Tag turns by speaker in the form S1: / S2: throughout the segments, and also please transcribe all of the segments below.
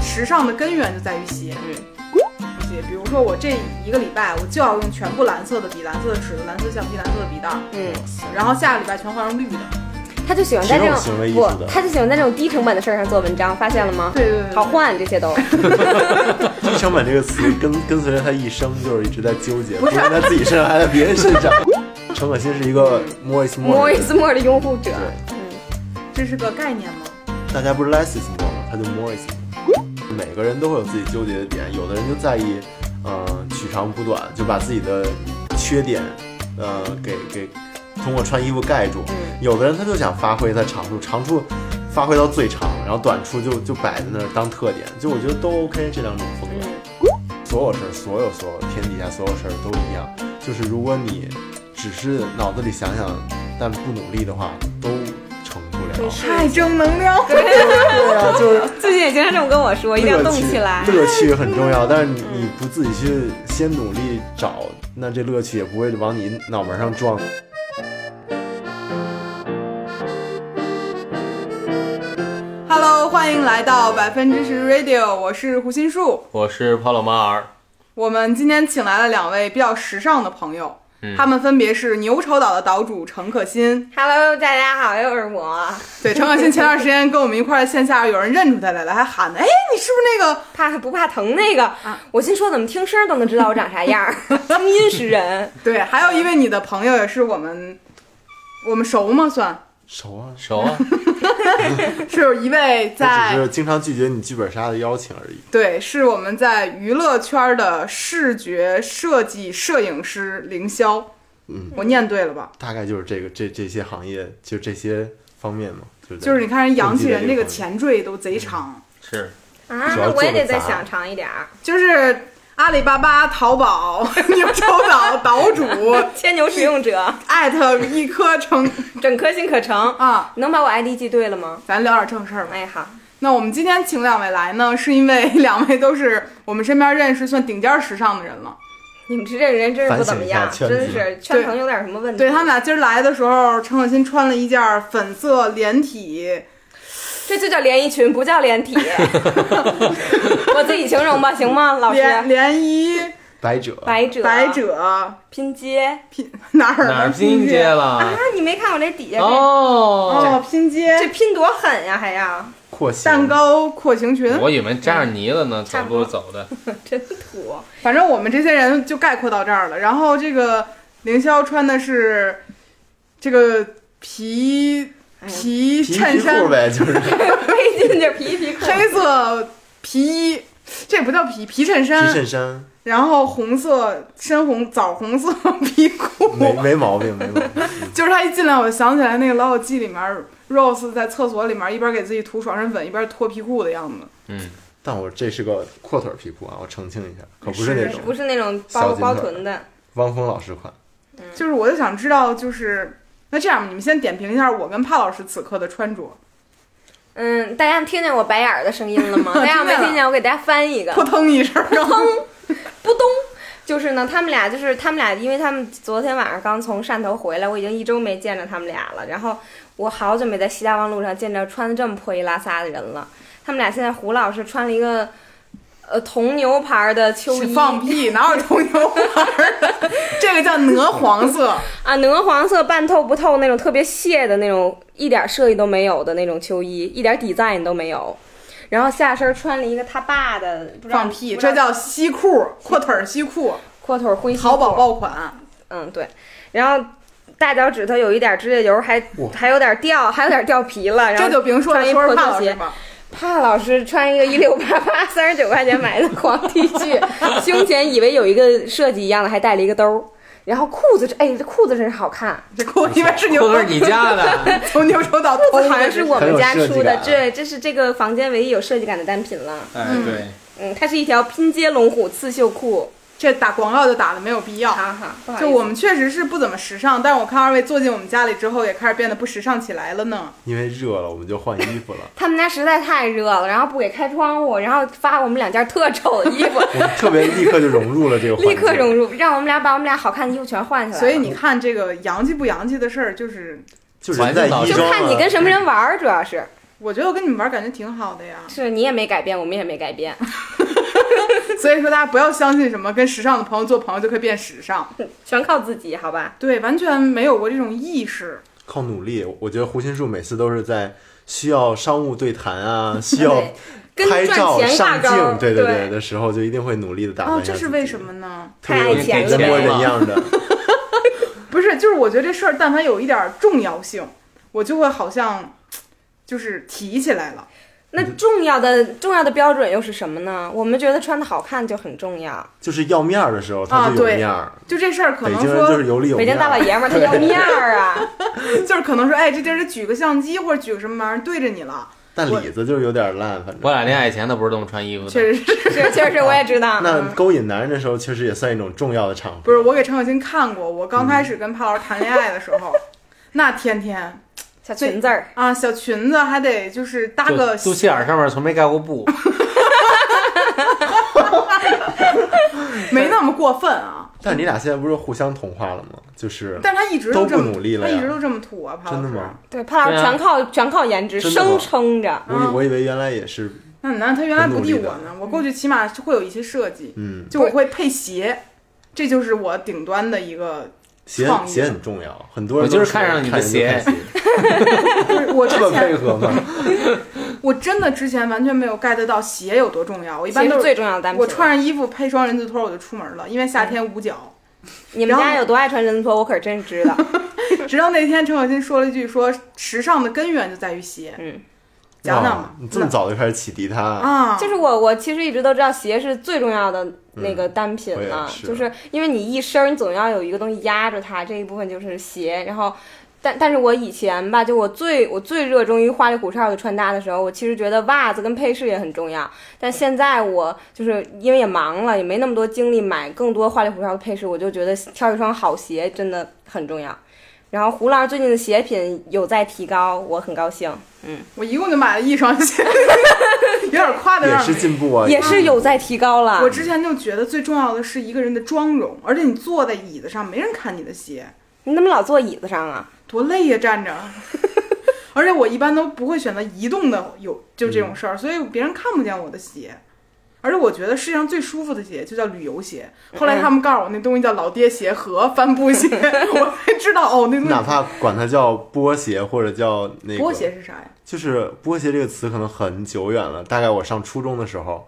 S1: 时尚的根源就在于鞋。对，比如说我这一个礼拜我就要用全部蓝色的笔、蓝色的尺子、蓝色橡皮、蓝色的笔袋儿，
S2: 嗯，
S1: 然后下个礼拜全换成绿的。
S2: 他就喜欢在这
S3: 挺有
S2: 种
S3: 行为艺术
S2: 不，
S3: 的
S2: 他就喜欢在这种低成本的事儿上做文章，发现了吗？
S1: 对对对对
S2: 好换这些都，
S3: 低成本这个词跟跟随着他一生，就是一直在纠结，不是在自己身上，还在别人身上。 陈可辛是一个 Morris Morris，
S2: Morris Moore 的拥护者，
S1: 这是个概念吗？
S3: 大家不是 Lessis Moore 吗？他就 Morris。每个人都会有自己纠结的点，有的人就在意，呃，取长补短，就把自己的缺点，呃，给给通过穿衣服盖住；有的人他就想发挥他长处，长处发挥到最长，然后短处就就摆在那儿当特点。就我觉得都 OK，这两种风格。
S2: 嗯
S3: 所有事儿，所有所有天底下所有事儿都一样，就是如果你只是脑子里想想，但不努力的话，都成不了。
S1: 太正能量了。
S3: 对啊，就是
S2: 最近也经常这么跟我说，一定要
S3: 乐
S2: 动
S3: 趣
S2: 起来。
S3: 乐趣很重要，但是你你不自己去先努力找，那这乐趣也不会往你脑门上撞。
S1: Hello，欢迎来到百分之十 Radio，我是胡心树。
S4: 我是帕洛马尔，
S1: 我们今天请来了两位比较时尚的朋友，他们分别是牛稠岛的岛主陈可辛。
S2: Hello，大家好，又是我，
S1: 对，陈可辛前段时间跟我们一块儿线下有人认出他来了，还喊呢，哎，你是不是那个？
S2: 怕不怕疼那个？
S1: 啊
S2: 我心说怎么听声儿都能知道我长啥 样儿，听音识人。
S1: 对，还有一位你的朋友也是我们，我们熟吗？算
S3: 熟啊，
S4: 熟啊，
S1: 是一位
S3: 我只
S1: 在
S3: 是经常拒绝你剧本杀的邀请而已。
S1: 对，是我们在娱乐圈的视觉设计摄影师凌霄。
S3: 嗯，
S1: 我念对了吧？
S3: 大概就是这个这这些行业，就这些方面嘛，就是
S1: 就是你看人洋气人
S3: 这嗯
S1: 那个，前缀都贼长，
S4: 是
S2: 啊
S3: 主要，
S2: 我也得
S3: 做
S2: 再
S3: 个杂
S2: 想长一点儿。
S1: 就是阿里巴巴、淘宝、 牛稠岛岛主
S2: 牵牛使用者，
S1: 艾特一颗成
S2: 整颗心可成。
S1: 嗯啊。
S2: 能把我 ID 记对了吗？
S1: 咱聊点正事儿吧。
S2: 哎，好，
S1: 那我们今天请两位来呢，是因为两位都是我们身边认识算顶尖时尚的人了。
S2: 你们这这人真是不怎么样，
S3: 反省一下圈
S2: 真
S3: 子
S2: 是圈层有点什么问题。
S1: 对他们俩今儿来的时候，陈可辛穿了一件粉色连体，
S2: 啊这就叫连衣裙，不叫连 体。我自己形容吧，行吗，老师？
S1: 连连衣
S3: 百者
S2: 百褶，
S1: 百褶
S2: 拼接
S1: 拼哪儿
S4: 哪儿
S1: 呢
S4: 拼接
S1: 接？
S2: 啊
S4: 了？！
S2: 你没看我这底下这
S4: 哦，
S1: 哦，拼
S2: 这
S1: 接
S2: 拼多狠呀，还要
S3: 廓形
S1: 蛋糕廓形裙。
S4: 我以为扎着泥了呢，
S2: 差
S4: 走
S2: 不多
S4: 路走的。
S2: 真 土。
S1: 反正我们这些人就概括到这儿了。然后这个凌霄穿的是这个皮
S2: 哎呀
S1: 皮
S3: 皮
S1: 衬
S3: 皮
S1: 衫
S3: 裤，呗，就是皮
S2: 费劲这皮皮裤，
S1: 黑色皮衣，这不叫皮皮衬衫，
S3: 衬衫，
S1: 然后红色深红枣红色 皮裤。
S3: 没没毛病，没毛病。
S1: 就是他一进来，我就想起来那个《老友记》里面 Rose 在厕所里面一边给自己涂爽身粉，一边脱皮裤的样子。
S4: 嗯，
S3: 但我这是个阔腿皮裤啊，我澄清一下，可不是
S1: 是
S3: 那种
S2: 不是那种
S3: 小
S2: 包
S3: 金
S2: 包
S3: 腿儿
S2: 臀的。
S3: 汪峰老师款。
S2: 嗯
S1: 就是我就想知道，就是那这样，你们先点评一下我跟帕老师此刻的穿着，
S2: 嗯，大家听见我白眼儿的声音了 吗？大家没听见？我给大家翻译一个，
S1: 扑腾一声，然后
S2: 扑咚。就是呢，他们俩就是他们俩，因为他们昨天晚上刚从汕头回来，我已经一周没见着他们俩了。然后我好久没在西大望路上见着穿的这么破衣拉撒的人了。他们俩现在胡老师穿了一个呃铜牛牌儿的秋
S1: 是
S2: 衣，
S1: 放屁，哪有铜牛丸儿 的？这个叫鹅黄色，
S2: 啊，鹅黄色半透不透那种特别屑的那种，一点设计都没有的那种秋衣，一点 design 都没有。然后下身穿了一个他爸的，不知道
S1: 放屁，
S2: 不知道
S1: 这叫西裤，阔腿儿西裤，
S2: 阔腿灰西裤
S1: 淘宝。爆款。
S2: 嗯，对。然后大脚趾头有一点指甲油，还
S3: 哇
S2: 还有点掉，还有点掉皮了。然后
S1: 这就甭说了，
S2: 穿一
S1: 说
S2: 破
S1: 说
S2: 旧
S1: 帕老师
S2: 鞋。
S1: 吧。
S2: 帕老师穿一个一六八八三十九块钱买的黄 T 恤，胸前以为有一个设计一样的，还带了一个兜儿。然后裤子是，哎，这裤子真是好看。
S1: 这裤子因为是牛
S4: 裤子是你家的，
S1: 从牛手岛
S2: 裤
S1: 偷
S2: 子好
S1: 的，
S2: 像是我们家出
S3: 很有设计
S2: 的，
S3: 感
S2: 这这是这个房间唯一有设计感的单品了。
S4: 哎，对，
S2: 嗯，它是一条拼接龙虎刺绣裤。
S1: 这打广告就打的没有必要。
S2: 哈哈，不好意
S1: 就
S2: 思
S1: 我们确实是不怎么时尚，但是我看二位坐进我们家里之后，也开始变得不时尚起来了呢。
S3: 因为热了，我们就换衣服了。
S2: 他们家实在太热了，然后不给开窗户，然后发我们两件特丑的衣服，
S3: 我们特别立刻就融入了这个环境，
S2: 立刻融入，让我们俩把我们俩好看的衣服全
S3: 啊
S2: 换下来了。
S1: 所以你看这个洋气不洋气的事儿，就是
S3: 就人在
S4: 环
S3: 衣
S4: 境
S2: 就
S3: 装
S4: 导致
S3: 啊
S2: 看你跟什么人玩儿，主要是
S1: 我觉得我跟你们玩儿感觉挺好的呀。
S2: 是你也没改变，我们也没改变，
S1: 所以说大家不要相信什么跟时尚的朋友做朋友就可以变时尚，
S2: 全靠自己，好吧？
S1: 对，完全没有过这种意识。
S3: 靠努力。我觉得胡心树每次都是在需要商务对谈 啊，需要
S2: 对跟
S3: 拍
S2: 赚
S3: 照
S2: 钱挂
S3: 上
S2: 钩
S3: 镜，对
S2: 对
S3: 对的时候，就一定会努力的打扮。
S1: 哦，这是为什？么呢？
S3: 特别
S2: 太爱钱
S3: 人模
S4: 了
S3: 人样的，
S1: 不是，就是我觉得这事儿但凡有一点儿重要性，我就会好像就是提起来了。
S2: 那重要的重要的标准又是什么呢？我们觉得穿的好看就很重要。
S3: 就是要面儿的时候他就有面儿。
S2: 哦
S1: 就这事儿，可
S3: 北
S1: 能
S3: 京人就是
S1: 说，
S3: 有里有
S2: 北京
S3: 面
S2: 大老
S3: 儿。
S2: 爷们儿他要面儿啊，
S1: 就是可能说，哎， 这地儿举个相机或者举个什么玩意儿对着你了，
S3: 但里子就是有点烂，反
S4: 我
S3: 正。
S4: 俩恋爱以前他不是这么穿衣服的，
S1: 确实是。
S2: 是确实我也知道。
S3: 那
S2: 嗯
S3: 勾引男人的时候，确实也算一种重要的场合。
S1: 啊不是，我给陈可辛看过，我刚开始跟潘老师谈恋爱的时候，
S3: 嗯
S1: 那天天
S2: 小裙子儿，
S1: 啊，小裙子还得就是搭
S4: 就
S1: 个
S4: 肚脐眼儿上面从没盖 过布，
S1: 没那么过分啊。
S3: 但你俩现在不是互相同化了吗？就是
S1: 但他一直
S3: 嗯都
S1: 这
S3: 不
S1: 么
S3: 努力了
S1: 他
S3: 呀
S1: 一直都这么土啊，潘老
S3: 真
S1: 师。
S3: 的吗？
S2: 对，潘老
S4: 对
S2: 师
S4: 啊
S2: 全靠全靠颜值
S3: 真的吗
S2: 生撑着。
S3: 我以
S1: 嗯
S3: 我以为原来也是，
S1: 那那他原来不
S3: 很努
S1: 递
S3: 力
S1: 我呢，我过去起码会有一些设计，
S3: 嗯，
S1: 就我会配鞋，这就是我顶端的一个。
S3: 鞋
S1: 创意
S3: 鞋很重要，很多人
S4: 我就是
S3: 都
S4: 看上你的鞋
S3: 看人就看
S1: 不是我之
S3: 这么配
S1: 前
S3: 合吗？
S1: 我真的之前完全没有 get 到鞋有多重要，我一般
S2: 鞋
S1: 都
S2: 是
S1: 是
S2: 最重要的单品。
S1: 我穿上衣服配双人字拖我就出门了，因为夏天捂脚。
S2: 你们
S1: 然
S2: 家
S1: 后
S2: 有多爱穿人字拖，我可真知道。
S1: 直到那天陈可辛说了一句说时尚的根源就在于鞋，
S2: 嗯，
S1: 讲讲
S3: 哇
S1: 吧
S3: 啊你这么早就开始启迪他啊？嗯
S1: 啊，
S2: 就是我我其实一直都知道鞋是最重要的那个单品
S3: 我也
S2: 了，
S3: 是
S2: 就是因为你一身儿你总要有一个东西压着它，这一部分就是鞋，然后。但但是我以前吧，就我最我最热衷于花里胡哨的穿搭的时候，我其实觉得袜子跟配饰也很重要。但现在我就是因为也忙了，也没那么多精力买更多花里胡哨的配饰，我就觉得挑一双好鞋真的很重要。然后胡老师最近的鞋品有在提高，我很高兴，
S1: 我一共就买了一双鞋， 有点夸的
S3: 也
S1: 让人
S3: 是进步啊，
S2: 也是有在提高了。
S1: 我之前就觉得最重要的是一个人的妆容，而且你坐在椅子上，没人看你的鞋，
S2: 你怎么老坐椅子上啊？
S1: 多累呀、站着。 而且我一般都不会选择移动的，有就这
S3: 嗯
S1: 种事儿，所以别人看不见我的鞋。而且我觉得世界上最舒服的鞋就叫旅游鞋。
S2: 嗯
S1: 后来他们告诉我那东西叫老爹鞋和帆布鞋， 我才知道哦，那东西
S3: 哪怕管它叫波鞋或者叫那个
S1: 波鞋是啥呀？
S3: 就是“波鞋”这个词可能很久远了，大概我上初中的时候，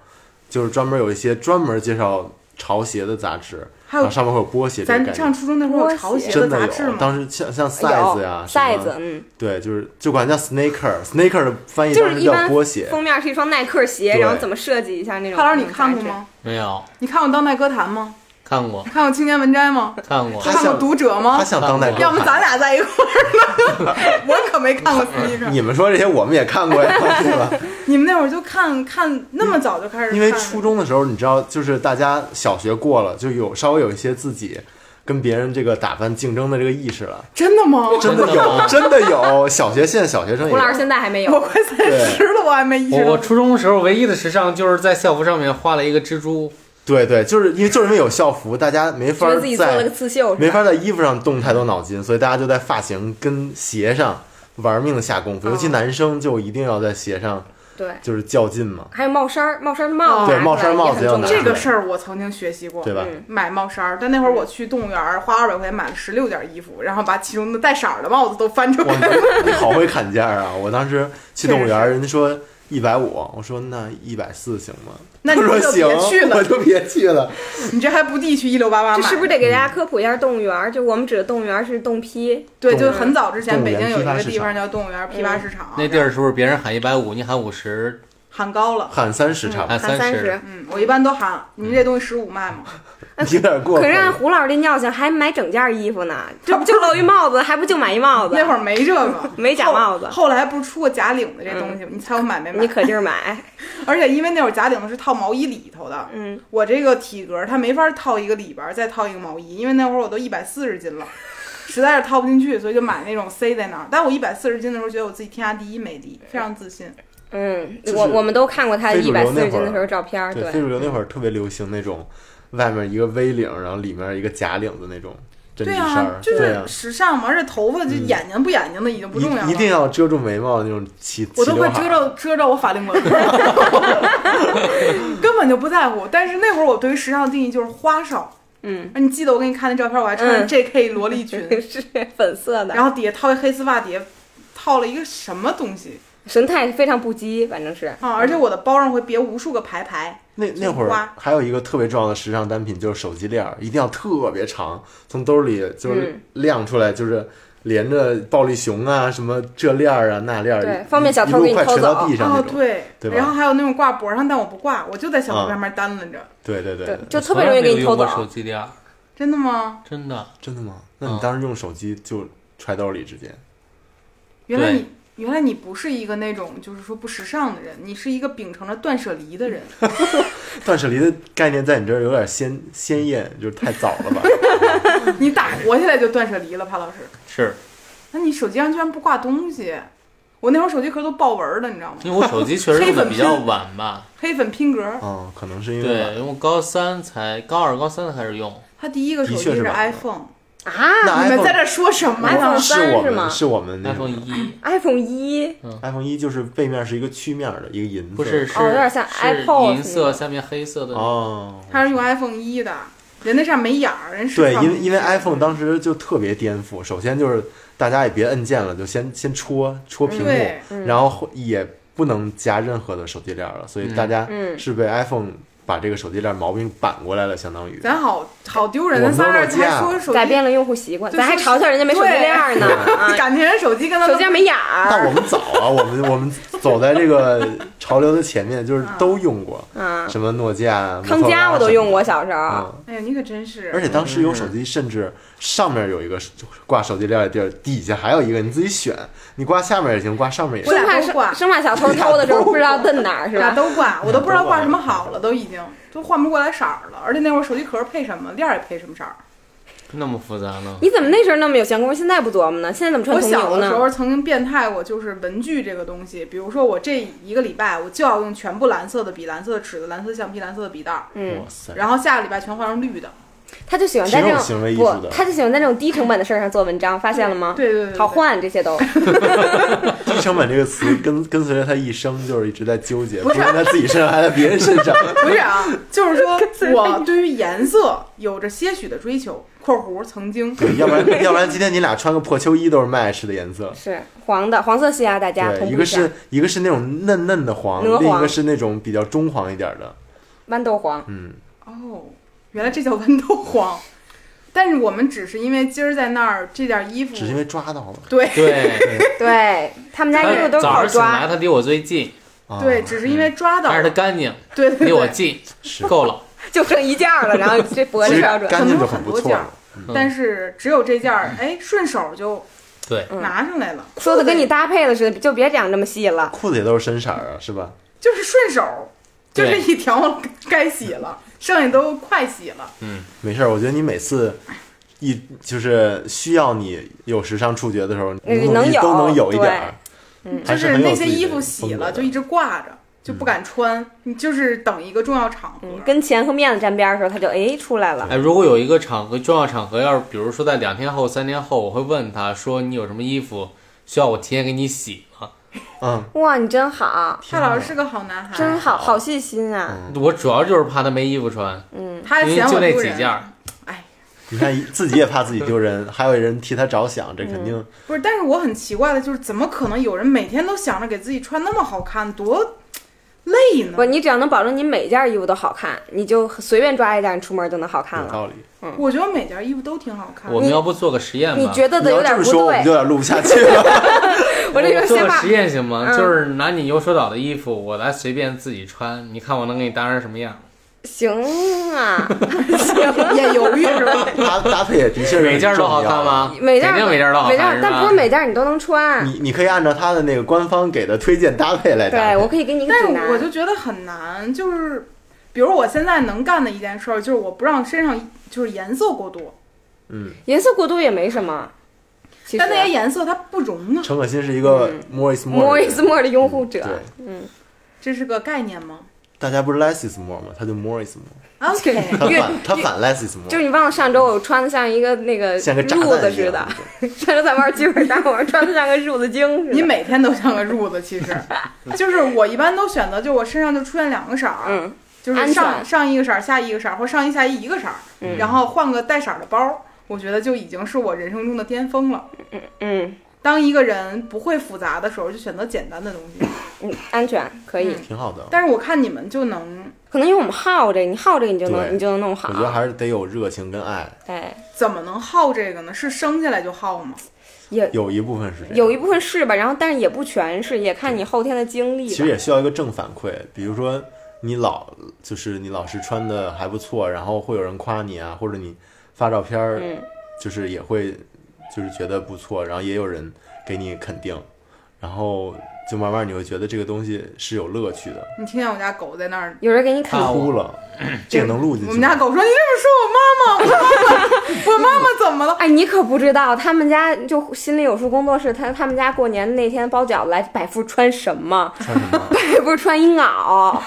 S3: 就是专门有一些专门介绍潮鞋的杂志，
S1: 还有
S3: 然后上面会有波鞋这个概
S1: 咱上
S3: 念，
S1: 初中那会儿有潮鞋
S3: 真
S1: 杂
S3: 的
S1: 志
S3: 有。
S1: 吗？
S3: 当时像像
S2: 有
S3: size 呀什么
S2: size，嗯，
S3: 对，就是就管它叫 sneaker，sneaker 的翻译
S2: 就
S3: 当
S2: 是
S3: 时
S2: 一
S3: 叫
S2: 般
S3: 波鞋。
S2: 封面是一双耐克鞋，
S3: 对
S2: 然后怎么设计一下那种。
S1: 潘老师，你看过？吗？
S4: 没有
S1: 你看过《当代歌坛》吗？
S4: 看过
S1: 看过《青年文摘》吗？
S4: 看过
S3: 他
S1: 看过《
S3: 想
S1: 读者》吗
S3: 他？想当代
S1: 要不
S3: 歌
S1: 咱
S3: 坛，
S1: 俩在一块 儿呢？我可没看过 sneaker。
S3: 你们说这些我们也看过呀， 对吧？
S1: 你们那会儿就看看那么早就开始看，
S3: 因为初中的时候，你知道，就是大家小学过了，就有稍微有一些自己跟别人这个打扮竞争的这个意识了，
S1: 真的吗？
S3: 真的
S4: 真的吗
S3: 有，真的有。小学现在小学生也
S2: 胡老师
S3: 有，
S2: 现在还没
S1: 我
S2: 有。
S1: 快三十了，我还没意
S4: 我
S1: 识
S4: 我
S1: 到。
S4: 初中的时候唯一的时尚就是在校服上面画了一个蜘蛛，
S3: 对对，就是因为就是因为有校服，大家没 法
S2: 觉
S3: 儿
S2: 得自己做了个
S3: 在
S2: 刺绣，
S3: 没法儿在衣服上动太多脑筋，所以大家就在发型跟鞋上玩命的下功夫，
S2: 哦
S3: 尤其男生就一定要在鞋上
S2: 对，
S3: 就是较劲嘛。
S2: 还有帽衫儿，帽衫儿的帽子
S1: 对
S2: 拿出来
S3: 帽衫儿帽子
S2: 也很重
S3: 要拿
S1: 这
S3: 出
S1: 个
S3: 来
S1: 事儿我曾经学习过，
S3: 对吧
S2: 嗯
S1: 买帽衫儿，但那会儿我去动物园儿花二百块钱买了十六件衣服，然后把其中的带色儿的帽子都翻出
S3: 哇，
S1: 来。
S3: 你你 好会砍价啊！我当时去动物
S1: 确
S3: 园，人家说一百五，我说那一百四行吗？
S1: 那你
S3: 他说
S1: 就
S3: 行，
S1: 别去了
S3: 我就别去了。
S1: 你这还不地去一六八八
S2: 这
S1: 买？
S2: 是不是得给大家科普一下动物园儿？就我们指的动物园儿是动批，
S1: 对，
S3: 动物
S1: 就很早之前，
S3: 动物
S1: 北
S3: 园
S1: 京有一
S3: 批发
S1: 个
S3: 市
S1: 地方叫动物园批发市场，
S4: 嗯那地儿是不是别人喊一百五，你喊五十，
S1: 喊高了。
S3: 喊三十差不
S4: 喊
S2: 喊
S4: 三
S2: 十。。
S1: 嗯，我一般都喊你这东西十五卖吗？
S3: 嗯多，有点过
S2: 可
S3: 分
S2: 是按
S3: 了。
S2: 胡老师这尿性，还买整件衣服呢，这不就露一帽子，还不就买一帽子？
S1: 那会儿没这 个，
S2: 没假帽子嗯
S1: 后后来不是出过假领子这东西吗？你猜我买没
S2: 你
S1: 买？
S2: 可劲儿买，
S1: 而且因为那会儿假领子是套毛衣里头的，
S2: 嗯，
S1: 我这个体格儿它没法套一个里边儿再套一个毛衣，因为那会儿我都一百四十斤了， 实在是套不进去，所以就买那种塞在那儿。但我一百四十斤的时候，觉得我自己天下第一美丽，非常自信。
S2: 嗯，
S3: 就是
S2: 我我们都看过他
S3: 非
S2: 一
S3: 主
S2: 百
S3: 流
S2: 四
S3: 那
S2: 十斤
S3: 会儿
S2: 的时候照片儿，
S3: 对，非主流那会儿特别流行那种，外面一个 V 领，然后里面一个假领子那种，真
S1: 对
S3: 事儿
S1: 啊，，就
S3: 对
S1: 是
S3: 啊
S1: 时尚嘛，而且头发就
S3: 嗯
S1: 眼睛不眼睛的已经不重要了，
S3: 一一定要遮住眉毛那种齐
S1: 我都
S3: 齐刘
S1: 快
S3: 海
S1: 遮着遮着我法令纹了， 根本就不在乎。但是那会儿我对于时尚的定义就是花哨。啊
S2: 嗯，
S1: 你记得我给你看那照片，我还穿着
S2: 嗯
S1: JK 萝莉 裙，
S2: 是粉色的，
S1: 然后底下套一黑丝袜，底下套了一个什么东西
S2: 神态非常不羁，反正是
S1: 啊？而且我的包上会别无数个牌牌，
S3: 那那会
S1: 花
S3: 儿还有一个特别重要的时尚单品，就是手机链儿，一定要特别长，从兜里
S2: 嗯
S3: 就是亮出来，就是连着暴力熊啊，什么这链儿啊那链儿，
S2: 对
S3: 一
S2: 方便小偷给
S3: 一路
S2: 你
S3: 快
S2: 偷
S3: 垂到
S2: 走
S3: 地上那
S1: 哦，
S3: 种。
S1: 对，
S3: 对吧啊
S1: 然后还有那种挂脖上，但我不挂，我就在小裤上面单了着。
S3: 对对对
S2: 对
S3: 对，，
S2: 就特别容易给你偷
S4: 我从来没有用过手
S2: 走。
S4: 机链儿，
S1: 真的吗？
S4: 真的。
S3: 真的吗？那
S2: 嗯
S3: 你当时用手机就揣兜里直接？
S1: 原来你原来你不是一个那种就是说不时尚的人，你是一个秉承着断舍离的人。
S3: 断舍离的概念在你这儿有点鲜鲜艳，就是太早 了吧？
S1: 你打活下来就断舍离了，潘老师。
S4: 是
S1: 那你手机上居然不挂东西？我那会儿手机壳都豹纹儿的，你知道吗？
S4: 因为我手机确实
S1: 黑
S4: 用的
S1: 粉
S4: 比较
S1: 拼
S4: 晚吧，
S1: 黑粉拼格，
S3: 嗯，可能是因为
S4: 对，因为我高三才高二高三才开始用，
S1: 他第一个手
S3: 的
S1: 机
S3: 确是
S1: 是
S3: 吧
S1: iPhone。
S2: 啊
S3: 那
S1: 你们在
S3: iPhone
S1: 这说什么呀
S2: iPhone
S3: 是我
S2: 三是吗
S3: 们是我们那
S4: iPhone
S3: 种
S4: 一
S2: iPhone 一
S3: iPhone 一就是背面是一个曲面的一个银色，
S4: 不是是
S2: 哦有点像
S4: 是
S2: iPod
S4: 银
S2: 那
S4: 色
S2: 个
S4: 下面黑色的，
S3: 哦，
S1: 他是用 iPhone 一的，人那上没眼儿，人是
S3: 对，
S1: 放
S3: 因为因为 iPhone 当时就特别颠覆，首先就是大家也别摁键了，就先先戳
S2: 嗯
S3: 戳屏幕，
S1: 对，
S3: 然后会也不能夹任何的手机链了，所以大家
S2: 嗯
S3: 是被 iPhone 把这个手机链毛病扳过来了，相当于。
S1: 咱好好丢人，
S3: 我
S1: 咱
S3: 们
S1: 仨人
S3: 都是这
S1: 还
S3: 样
S1: 说手
S2: 改
S1: 机，
S2: 变了用户习惯，
S1: 就
S2: 咱还
S1: 说
S2: 嘲笑人家没手机
S1: 对
S2: 链 儿呢啊，
S1: 感情人手机跟他
S2: 手机上没眼儿
S3: 但我们早啊，我们我们走在这个潮流的前面，就是都用过，
S2: 啊。
S3: 什么诺基亚、
S2: 康佳我都用过，小时候。
S3: 啊。嗯
S1: 哎呀，你可真是，
S3: 而且当时有手机，甚至上面有一个挂手机链的地儿，底下还有一个，你自己选，你挂下面也行，挂上面也行。
S1: 我
S2: 生
S1: 俩
S2: 怕
S1: 都挂
S2: 生生怕小偷偷的时候不知道摁哪儿是
S1: 俩
S2: 吧？
S1: 都挂，我都不知道
S3: 都挂
S1: 挂什么好了，都已经都换不过来色儿了。而且那会儿手机壳配什么，链儿也配什么色儿。
S4: 那么复杂呢？
S2: 你怎么那时候那么有闲工夫，现在不琢磨呢？现在怎么穿
S1: 我
S2: 铜
S1: 小
S2: 牛
S1: 的时
S2: 呢？
S1: 候曾经变态过，就是文具这个东西。比如说，我这一个礼拜我就要用全部蓝色的笔、蓝色的尺子、蓝色的橡皮、蓝色的笔袋儿，
S2: 嗯
S3: 哇，塞！
S1: 然后下个礼拜全换成绿的。
S2: 他就喜欢在这
S3: 挺有行为
S2: 种
S3: 艺术
S2: 不
S3: 的，
S2: 他就喜欢在这种低成本的事儿上做文章，发现了吗？
S1: 对对对对，对
S2: 好。换这些都，
S3: 低成本这个词跟跟随着他一生，就是一直在纠结，不是在自己身上，还在别人身 上。
S1: 不是 啊，就是说我对于颜色有着些许的追求（括弧曾经
S3: 对，要不然要不然今天你俩穿个破秋衣都是 match 的 颜色。
S2: 是黄的黄色系啊，大家
S3: 对，
S2: 同
S3: 一
S2: 步
S3: 个
S2: 下
S3: 是。一个是那种嫩嫩的黄，
S2: 鹅黄
S3: 另一个是那种比较中黄一点
S1: 嗯
S3: 的。
S2: 豌豆黄，
S3: 嗯，）。
S1: 哦，原来这叫豌豆黄。但是我们只是因为今儿在那儿这件衣服
S3: 只，是因为抓到了。
S1: 对
S4: 对，
S2: 对他们家衣服
S4: 他
S2: 都
S4: 早
S2: 好
S4: 上醒来
S2: 抓，
S4: 他离我最近，
S3: 啊、
S1: 对，，只是因为抓到
S4: 但是他
S1: 了，
S4: 干净，
S1: 对对
S4: 离我
S1: 对。
S4: 近，
S3: 是
S4: 够了。
S2: 就剩一件儿了，然后这脖
S3: 其
S2: 子
S3: 实
S2: 标准。
S3: 干净就很不错了。
S1: 但是只有这件儿，哎，顺手就
S4: 对，
S2: 嗯
S1: 拿上来了。
S2: 说的跟你搭配了似的，就别讲这么细了。
S3: 裤子也都是深色儿啊，是吧？
S1: 就是顺手，就这
S4: 对
S1: 一条该洗了，剩下都快洗了。
S4: 嗯
S3: 没事儿，我觉得你每次一就是需要你有时尚触觉的时候，
S2: 嗯
S3: 你
S2: 能有
S3: 都能有一点儿。
S1: 就
S3: 还
S1: 是
S3: 很有
S1: 那
S3: 自
S1: 些
S3: 己的
S1: 衣服洗
S3: 风格
S1: 了
S3: 的
S1: 就一直挂着，就
S4: 嗯
S1: 不敢穿，你就是等一个重要场合
S2: 嗯，。跟钱和面子沾边儿的时候，他就哎出来了。
S4: 哎，如果有一个场合重要场合，要是比如说在两天后、三天后，我会问他说你有什么衣服需要我提前给你洗吗？
S3: 嗯，
S2: 哇，你真好，
S1: 蔡老师是个好男孩，
S2: 真好，好细心啊。
S4: 我主要就是怕他没衣服穿，
S1: 他还
S4: 因为
S1: 嫌我
S4: 就那
S1: 丢
S4: 几件
S1: 人。
S2: 啊
S4: 儿。
S1: 哎，
S3: 你看自己也怕自己丢人，还有人替他着想，这肯
S2: 嗯
S3: 定
S1: 不是，但是我很奇怪的就是，怎么可能有人每天都想着给自己穿那么好看，多累呢
S2: 不，？你只要能保证你每件衣服都好看，你就随便抓一件，你出门就能好看
S3: 有
S2: 了。
S3: 道理。
S1: 我觉得每件衣服都挺好看
S4: 我。们要不做个实验
S2: 你
S4: 吧？
S2: 觉得
S3: 你
S2: 的有
S3: 要
S2: 点
S3: 这
S2: 不
S3: 么说，我们就
S2: 对，
S3: 有点录不下去 了。
S2: 我这个
S4: 做
S2: 想
S4: 个
S2: 法
S4: 实验行吗？
S2: 嗯
S4: 就是拿你右手岛的衣服，我来随便自己穿，你看我能给你搭成什么样？
S2: 行啊，行。
S1: 也犹豫是吧？
S3: 搭搭配也的确是
S4: 每件儿都好
S3: 很重要
S4: 看？吗？
S2: 每件
S4: 肯定每件儿都好
S2: 每
S4: 看，
S2: 件，
S4: 是吧
S2: 但不是每件你都能穿。
S3: 你你可以按照他的那个官方给的推荐搭配来搭
S2: 对，
S3: 配。
S2: 我可以给你一个
S1: 但
S2: 指
S1: 是
S2: 南。
S1: 我就觉得很难，就是比如我现在能干的一件事儿，就是我不让身上就是颜色过多，
S3: 嗯，
S2: 颜色过度也没什么，其实
S1: 但。那些颜色它不融啊，
S3: 陈可辛是一个
S2: 嗯
S3: Morris Moore 的
S2: Morris Moore 的拥护者，
S3: 对，
S2: 嗯，
S1: 这是个概念吗？
S3: 大家不是 less is more 吗？他就 more is more，
S1: OK，
S3: 他
S2: 越
S3: 反他反 less is
S2: 就
S3: more，
S2: 是你忘了上周我穿的像一个那个
S3: 像个炸
S2: 褥子
S3: 弹一
S2: 似的
S3: 样，。
S2: 上周在玩剧本杀，我穿的像个褥子精似的。
S1: 你每天都像个褥子，其实就是我一般都选择，就我身上就出现两个色儿，
S2: 嗯，
S1: 就是
S2: 安全
S1: 上上一个色儿，下一个色儿，或上一下一一个色儿，
S2: 嗯
S1: 然后换个带色儿的包，我觉得就已经是我人生中的巅峰了。
S2: 嗯
S1: 当一个人不会复杂的时候，就选择简单的东西。
S2: 嗯，安全可以。
S1: 嗯
S3: 挺好的。
S1: 但是我看你们就能
S2: 可能因为我们好这个，你好这个你就
S3: 对
S2: 能你就能弄好
S3: 我。觉得还是得有热情跟爱，
S2: 哎，
S1: 怎么能好这个呢？是生下来就好吗？
S2: 也
S3: 有一部分是这样。
S2: 有一部分是吧，然后但是也不全是，也看你后天的经历吧。
S3: 其实也需要一个正反馈，比如说你老就是你老是穿的还不错，然后会有人夸你啊，或者你发照片儿，
S2: 嗯
S3: 就是也会就是觉得不错，然后也有人给你肯定，然后就慢慢你会觉得这个东西是有乐趣的。
S1: 你听见我家狗在那儿，
S2: 有人给你肯
S4: 啊
S3: 哭了，这个能录进去吗？
S1: 我们家狗说：“你这么说我妈妈，我妈妈，我妈妈怎么了
S2: 哎，你可不知道，他们家就心里有数工作室，他他们家过年那天包饺子来，百富穿什么？
S3: 穿什么？
S2: 百富穿一袄，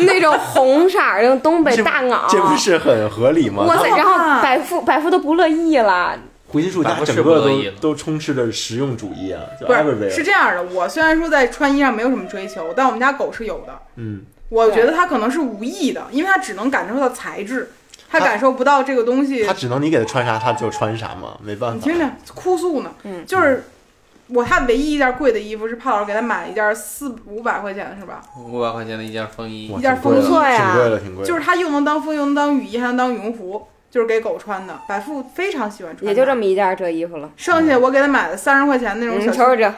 S2: 那种红色儿，用东北
S3: 这
S2: 大
S1: 啊
S2: 袄。
S3: 这不是很合理吗
S2: 哇？塞！
S1: 好
S2: 然后
S1: 看
S2: 百富百富都不乐意了，
S3: 回心术
S4: 百
S3: 家
S4: 分之
S3: 整个
S4: 不乐意
S3: 都
S4: 了
S3: 都充斥着实用主义啊，？”就
S1: 不
S3: everywhere
S1: 是，是这样的。我虽然说在穿衣上没有什么追求，但我们家狗是有的。
S3: 嗯，
S1: 我觉得它可能是无意的，因为它只能感受到材质，它
S3: 它
S1: 感受不到这个东西
S3: 他。只能你给他穿啥他就穿啥嘛，没办
S1: 你
S3: 法。
S1: 听听，哭诉呢。
S2: 嗯
S1: 就是我他唯一一件贵的衣服是胖老师给他买了一件四五百块钱是吧？
S4: 五百块钱的一件风衣
S3: 哇，
S1: 一件
S3: 挺贵
S2: 不
S3: 的
S2: 错呀
S3: 挺贵了，挺贵的。
S1: 就是它又能当风，又能当雨衣，还能当羽绒服，就是给狗穿的。百富非常喜欢穿，
S2: 也就这。么一件儿这衣服了。
S1: 剩下我给他买的三十块钱那种
S2: 你
S1: 小
S2: 瞅瞅这，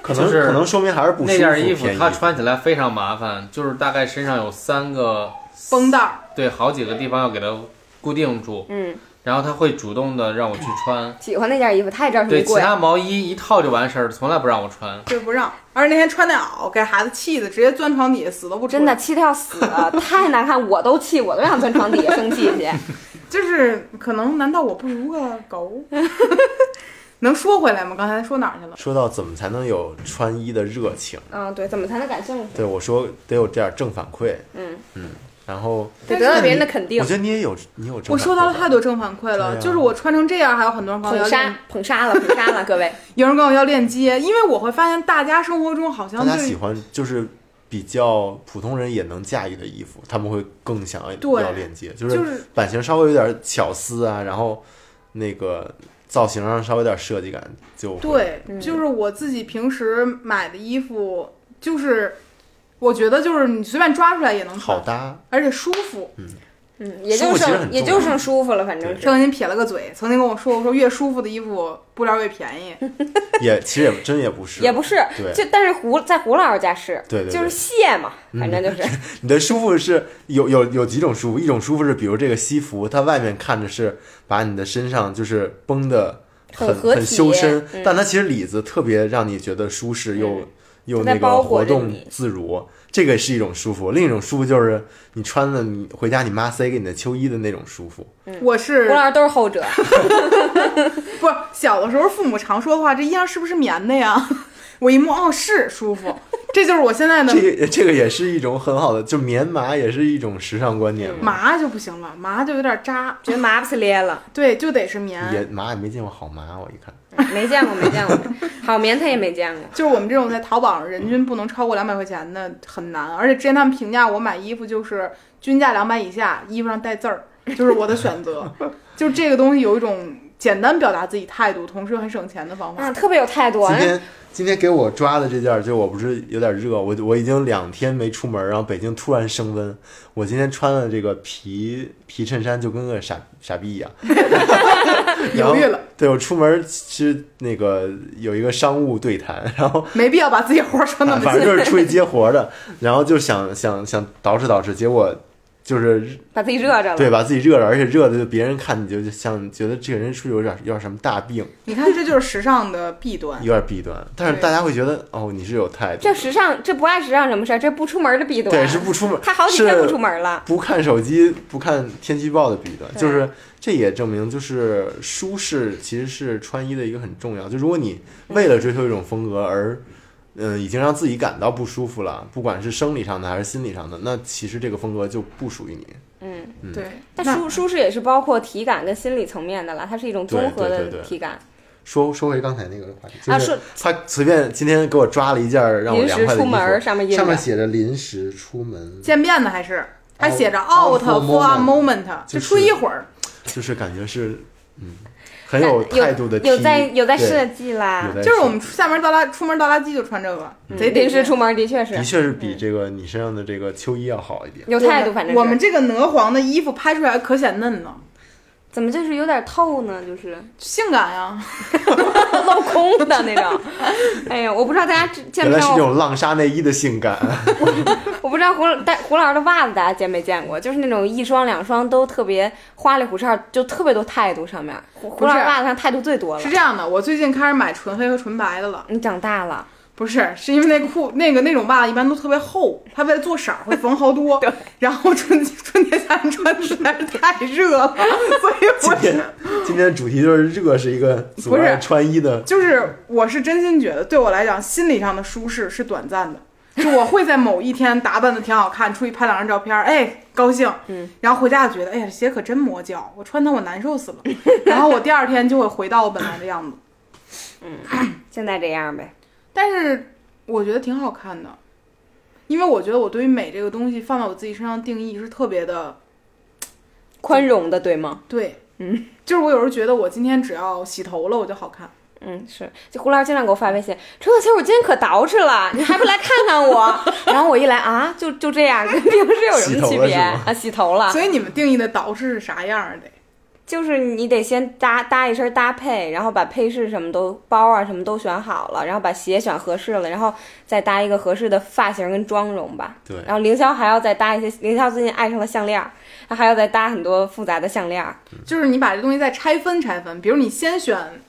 S3: 可能
S4: 就是
S3: 可能说明还是不舒服。
S4: 那件衣服
S3: 便宜
S4: 它穿起来非常麻烦，就是大概身上有三个
S1: 绷带儿，
S4: 对，好几个地方要给它固定住，
S2: 嗯，
S4: 然后它会主动的让我去穿。
S2: 喜欢那件衣服，他也知道什
S4: 对，
S2: 么
S4: 其
S2: 贵。
S4: 他毛衣一套就完事儿，从来不让我穿。
S1: 这不让。而且那天穿那袄，给孩子气的直接钻床底下，死都不出来
S2: 真的，气得要死，太难看，我都气，我都想钻床底下生气去。
S1: 就是可能，难道我不如个狗？ 能说回来吗？刚才说哪儿去了？
S3: 说到怎么才能有穿衣的热情，
S2: 嗯，对，怎么才能感兴趣？
S3: 对我说得有这样正反馈，
S2: 嗯
S3: 嗯，然后
S2: 得得到别人的肯定
S3: 我觉，得你也有你有正反馈吧，
S1: 我收到了太多正反馈了，
S3: 对啊
S1: 就是我穿成这样，还有很多人管我
S2: 捧
S1: 要链
S2: 杀，捧杀了，捧杀了，各位。
S1: 有人管我要链接，因为我会发现大家生活中好
S3: 大
S1: 像
S3: 家
S1: 对
S3: 喜欢就是比较普通人也能驾驭的衣服，他们会更想
S1: 对
S3: 要链接，就
S1: 就是是
S3: 版型稍微有点巧思啊，然后那个造型上稍微有点设计感就会
S1: 对，
S2: 嗯
S1: 就是我自己平时买的衣服，就是我觉得就是你随便抓出来也能
S3: 好
S1: 穿，
S3: 搭，
S1: 而且舒服。
S2: 嗯，也就
S3: 舒服其实很
S2: 剩
S3: 重
S2: 也就剩舒服了，反正
S3: 对
S2: 是。
S1: 郑钧撇了个嘴，曾经跟我说过，我说越舒服的衣服布料越便宜。
S2: 嗯
S3: 也其实也真也不是，
S2: 也不是，
S3: 对
S2: 就但是胡在胡老师家是，
S3: 对对对嗯
S2: 就是卸嘛，反正就是，
S3: 你的舒服是有有有几种舒服，一种舒服是比如这个西服，它外面看着是把你的身上就是绷的很
S2: 很合体
S3: 修身，
S2: 嗯
S3: 但它其实里子特别让你觉得舒适又、又
S2: 它在
S3: 那个
S2: 包裹
S3: 活
S2: 着
S3: 动
S2: 你
S3: 自如，这个是一种舒服。另一种舒服就是你穿了你回家你妈塞给你的秋衣的那种舒服，
S1: 我是
S2: 胡老师都是后者，
S1: 不是小的时候父母常说的话，这衣裳是不是棉的呀？ 我一摸，哦，是舒服，这就是我现在
S2: 嗯
S1: 的
S3: 这个这个也是一种很好的，就棉麻也是一种时尚观念嘛。
S1: 麻就不行了，麻就有点扎，
S2: 觉得麻不呲咧了，
S1: 对，就得是棉
S3: 也。麻也没见过好麻，我一看
S2: 嗯没见过，没见过，好棉他也没见过，
S1: 就是我们这种在淘宝上人均不能超过两百块钱的很难，而且之前他们评价我买衣服就是均价两百以下，衣服上带字儿，就是我的选 择。就这个东西有一种简单表达自己态度，同时又很省钱的方法。
S2: 啊，特别有态度，
S3: 今天今天给我抓的这件儿，就我不是有点热，我我已经两天没出门儿，然后北京突然升温，我今天穿的这个皮皮衬衫就跟个傻傻逼一 样，然后
S1: 犹豫了，
S3: 对我出门儿是那个有一个商务对谈， 然后
S1: 没必要把自己活儿说那
S3: 啊
S1: 么
S3: 反
S1: 尽
S3: 正。就是出去接活儿的，然后就想想想捯饬捯饬，结果就是
S2: 把自己热着了，
S3: 对把自己热了，而且热的就别人看你就像觉得这个人是不是有点有点什么大病，
S1: 你看，这就是时尚的弊端。
S3: 有点弊端，但是
S1: 对
S3: 大家会觉得哦你是有态度
S2: 这
S3: 的，
S2: 时尚，这不爱时尚什么事儿？这不出门的弊端。
S3: 对是不出门，
S2: 他好几天
S3: 是
S2: 不出门了。
S3: 不看手机、不看天气预报的弊端，
S2: 对
S3: 就是这也证明，就是舒适其实是穿衣的一个很重要。就如果你为了追求一种风格而嗯，已经让自己感到不舒服了，不管是生理上的还是心理上的，那其实这个风格就不属于你。
S2: 嗯，
S3: 嗯
S1: 对，
S2: 但
S1: 那
S2: 舒舒适也是包括体感跟心理层面的了，它是一种综合
S3: 对对对
S2: 的
S3: 对
S2: 体感。
S3: 说说回刚才那个话题，
S2: 啊
S3: 就
S2: 说
S3: 是他随便今天给我抓了一件让我
S2: 临
S3: 凉
S2: 时
S3: 快的
S2: 出
S3: 衣
S2: 门儿
S3: 服，
S2: 上面印
S3: 上面
S2: 着，
S3: 写着临时出门，
S1: 见面呢还是还写着 out
S3: Out for a
S1: for a moment，
S3: moment
S1: 就
S3: 就是
S1: 出一会儿，
S3: 就是感觉是嗯很有态度的 T，
S2: 有在有在
S3: 对
S2: 设计啦嗯
S3: 有，在
S1: 就是我
S3: 设
S1: 们下门倒垃出门倒垃圾就穿这个，贼得
S2: 临时
S1: 劲
S2: 出门的确是
S3: 的确是比这个你身上的这个秋衣要好一点。
S2: 有态度，反正是
S1: 我们这个鹅黄的衣服拍出来可显嫩呢，
S2: 怎么就是有点透呢？就是
S1: 性感呀！
S2: 镂空的那种。 哎呀，我不知道大家见
S3: 原
S2: 没
S3: 来是
S2: 见
S3: 这
S2: 过，
S3: 种浪纱内衣的性感，啊
S2: 我不知道胡带胡老师的袜子大家见没见过，就是那种一双两双都特别花里胡哨，就特别多态度上面。胡胡
S1: 不
S2: 老
S1: 是
S2: 师袜子上态度最多了
S1: 是。这样的，我最近开始买纯黑和纯白的了，
S2: 你长大了，
S1: 不是，是因为那裤那个那种袜子一般都特别厚，它为了做色儿会缝好多
S2: 对，
S1: 然后春春节夏天穿实在是太热了，所以
S3: 今
S1: 我
S3: 天今天的主题就是热是一个阻
S1: 不是
S3: 碍穿衣的，
S1: 就是我是真心觉得，对我来讲，心理上的舒适是短暂的。就我会在某一天打扮的挺好看，出去拍两张照片，哎，高兴，
S2: 嗯，
S1: 然后回家就觉得，哎呀，这鞋可真磨脚，我穿它我难受死了。 然后我第二天就会回到我本来的样子，
S2: 现在这样呗。
S1: 但是我觉得挺好看的，因为我觉得我对于美这个东西放在我自己身上定义是特别的
S2: 宽容的，对吗？
S1: 对，
S2: 嗯，
S1: 就是我有时候觉得我今天只要洗头了我就好看，
S2: 嗯，是。就胡老师经常给我发微信，陈可秋，我今天可捯饬了，你还不来看看我？ 然后我一来啊，就就这样，跟平时有什么区别
S3: 洗头了是吗
S2: 啊？洗头了，
S1: 所以你们定义的捯饬是啥样儿的？
S2: 就是你得先搭搭一身搭配，然后把配饰什么都包啊什么都选好了，然后把鞋选合适了，然后再搭一个合适的发型跟妆容吧。
S3: 对
S2: 然后凌霄还要再搭一些，凌霄最近爱上了项链儿，他还要再搭很多复杂的项链儿。
S1: 就是你把这东西再拆分拆分，比如你先选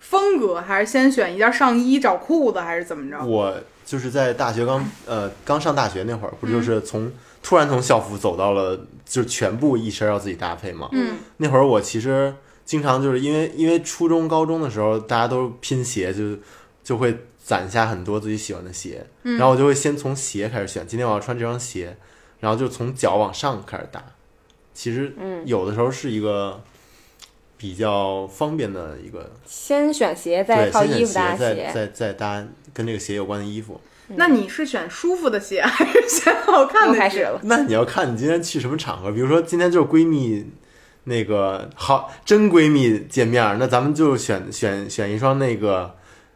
S1: 风格，还是先选一件上衣找裤子，还是怎么着？
S3: 我就是在大学刚呃刚上大学那会儿，不就是
S2: 嗯
S3: 从突然从校服走到了就是全部一身要自己搭配嘛。
S1: 嗯，
S3: 那会儿我其实经常就是因为因为初中高中的时候大家都拼鞋，就就会攒下很多自己喜欢的鞋，
S2: 嗯
S3: 然后我就会先从鞋开始选，今天我要穿这双鞋，然后就从脚往上开始搭。其实
S2: 嗯
S3: 有的时候是一个比较方便的一个，
S2: 先选鞋，再
S3: 对，
S2: 靠
S3: 先选
S2: 衣服
S3: 鞋
S2: 搭，
S3: 再再再搭跟这个鞋有关的衣服。
S2: 嗯
S1: 那你是选舒服的鞋， 还是选好看
S2: 又
S1: 的鞋？
S2: 开始了。
S3: 那你要看你今天去什么场合，比如说今天就是闺蜜，那个好真闺蜜见面儿，那咱们就选选选一双那个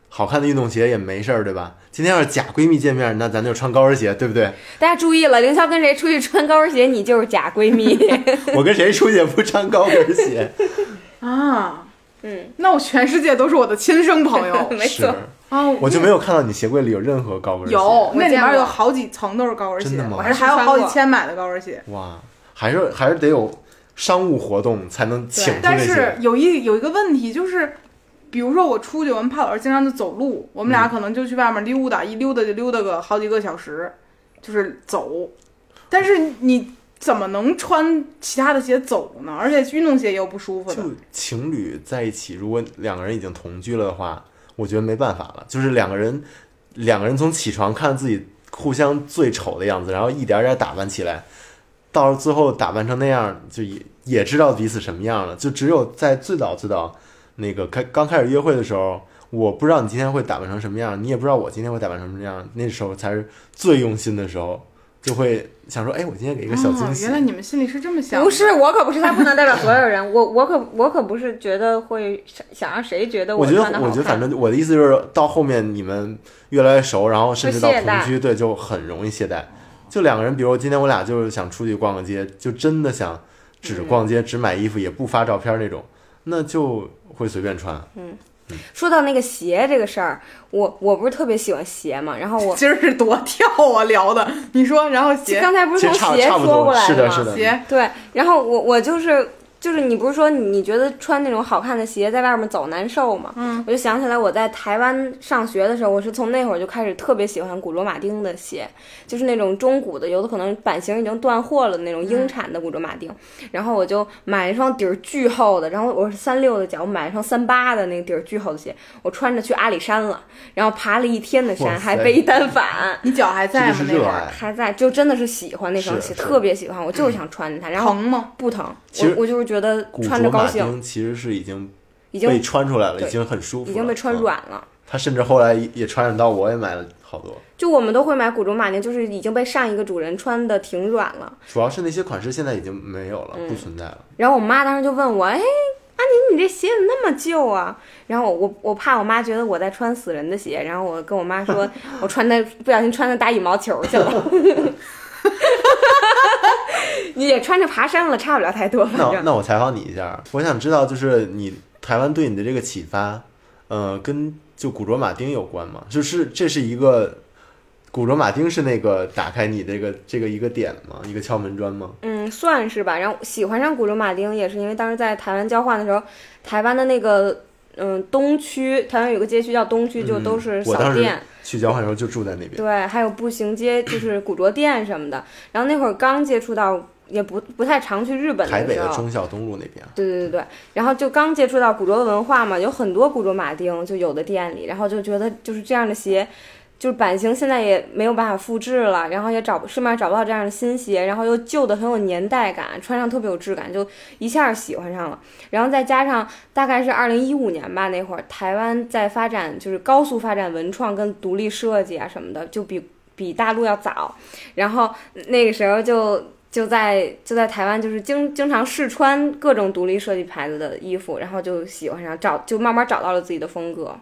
S3: 好看的运动鞋也没事儿，对吧？今天要是假闺蜜见面儿，那咱就穿高跟鞋，对不对？
S2: 大家注意了，凌霄跟谁出去穿高跟鞋，你就是假闺蜜。
S3: 我跟谁出去也不穿高 跟鞋，
S1: 啊，
S2: 嗯，
S1: 那我全世界都是我的亲生朋友
S2: 没
S3: 是
S2: 错，，
S1: 啊！
S3: 我就没有看到你鞋柜里有任何高跟鞋。
S1: 有，那里
S2: 见
S1: 面
S2: 过
S1: 有好几层都是高跟鞋，
S3: 真的吗
S1: 我还还有
S2: 我还
S1: 好几
S2: 穿过
S1: 千买的高跟鞋。
S3: 哇，还是还是得有商务活动才能请出
S1: 但
S3: 这些
S1: 是。有一有一个问题就是，比如说我出去，我们怕老师经常就走路，我们
S3: 嗯
S1: 俩可能就去外面溜达，一溜达就溜达个好几个小时，就是走。但是你怎么能穿其他的鞋走呢？而且运动鞋也有不舒服的。
S3: 就情侣在一起，如果两个人已经同居了的话，我觉得没办法了。就是两个人，两个人从起床看自己互相最丑的样子，然后一点点打扮起来，到最后打扮成那样，就也也知道彼此什么样了。就只有在最早最早那个开刚开始约会的时候，我不知道你今天会打扮成什么样，你也不知道我今天会打扮成什么样，那时候才是最用心的时候。就会想说，哎，我今天给一个小惊
S1: 哦，
S3: 喜。
S1: 原来你们心里是这么想的。
S2: 不是我可不是，他不能代表所有人。我我可我可不是觉得会想想让谁觉得
S3: 我觉
S2: 穿的
S3: 得，
S2: 好看。
S3: 我觉得，反正我的意思就是，到后面你们越来越熟，然后甚至到
S2: 会懈
S3: 同
S2: 怠
S3: 居，对，就很容易懈怠。就两个人，比如今天我俩就是想出去逛个街，就真的想
S2: 嗯
S3: 只逛街、只买衣服，也不发照片那种，那就会随便穿。
S2: 说到那个鞋这个事儿，我我不是特别喜欢鞋嘛，然后我
S1: 今儿是多跳啊，聊的。你说，然后鞋
S2: 刚才不是
S3: 其
S2: 从
S3: 实差
S2: 鞋
S3: 差不
S2: 说过
S3: 多，
S2: 来
S3: 是的，
S2: 吗？
S3: 是的，
S1: 鞋
S2: 对，然后我我就是就是你不是说你觉得穿那种好看的鞋在外面走难受吗？
S1: 嗯，
S2: 我就想起来我在台湾上学的时候，我是从那会儿就开始特别喜欢古着马丁的鞋，就是那种中古的，有的可能版型已经断货了的那种英产的古着马丁。然后我就买一双底儿巨厚的，然后我是三六的脚，我买一双三八的那个底儿巨厚的鞋，我穿着去阿里山了，然后爬了一天的
S3: 哇
S2: 山，
S3: 塞
S2: 还背一单反。
S1: 你脚还在吗
S3: 这？个是
S1: 那
S3: 热
S1: 会
S3: 爱
S1: 儿
S2: 还在，就真的是喜欢那双
S3: 是
S2: 鞋，
S3: 是
S2: 特别喜欢，我就是想穿着它，然后
S1: 疼吗？
S2: 不疼，
S3: 其
S2: 我
S3: 实
S2: 我就是觉得
S3: 古
S2: 穿着
S3: 着
S2: 高
S3: 马
S2: 兴，
S3: 丁其实是已经
S2: 已经
S3: 被穿出来了，
S2: 对
S3: 已经很舒服了，
S2: 已经被穿
S3: 嗯。
S2: 软了。
S3: 他甚至后来也传染到我，也买了好多。
S2: 就我们都会买古着马丁，就是已经被上一个主人穿的挺软了。
S3: 主要是那些款式现在已经没有了，不
S2: 嗯
S3: 存在了。
S2: 然后我妈当时就问我：“哎，阿宁，你这鞋怎么那么旧啊？”然后我我我怕我妈觉得我在穿死人的鞋，然后我跟我妈 说，我穿的不小心穿的打羽毛球去了。 你也穿着爬山了，差不了太 多，反
S3: 那
S2: 正
S3: 那我采访你一下，我想知道就是你台湾对你的这个启发，呃，跟就古着马丁有关吗？就是这是一个古着马丁是那个打开你这个这个一个点吗？一个敲门砖吗？
S2: 嗯，算是吧。然后喜欢上古着马丁也是因为当时在台湾交换的时候，台湾的那个嗯东区，台湾有个街区叫东区，就
S3: 嗯
S2: 都是
S3: 我当
S2: 小
S3: 时
S2: 店。
S3: 去交换的时候就住在那边，
S2: 对，还有步行街，就是古着店什么的。然后那会儿刚接触到，也不不太常去日本
S3: 台北
S2: 时
S3: 的
S2: 候。
S3: 忠孝东路那边。
S2: 对对对对，然后就刚接触到古着文化嘛，有很多古着马丁，就有的店里，然后就觉得就是这样的鞋，就是版型现在也没有办法复制了，然后也找市面上找不到这样的新鞋，然后又旧的很有年代感，穿上特别有质感，就一下喜欢上了。然后再加上大概是二零一五年吧，那会儿台湾在发展就是高速发展文创跟独立设计啊什么的，就比比大陆要早。然后那个时候就就在就在台湾，就是经经常试穿各种独立设计牌子的衣服，然后就喜欢上找，就慢慢找到了自己的风格，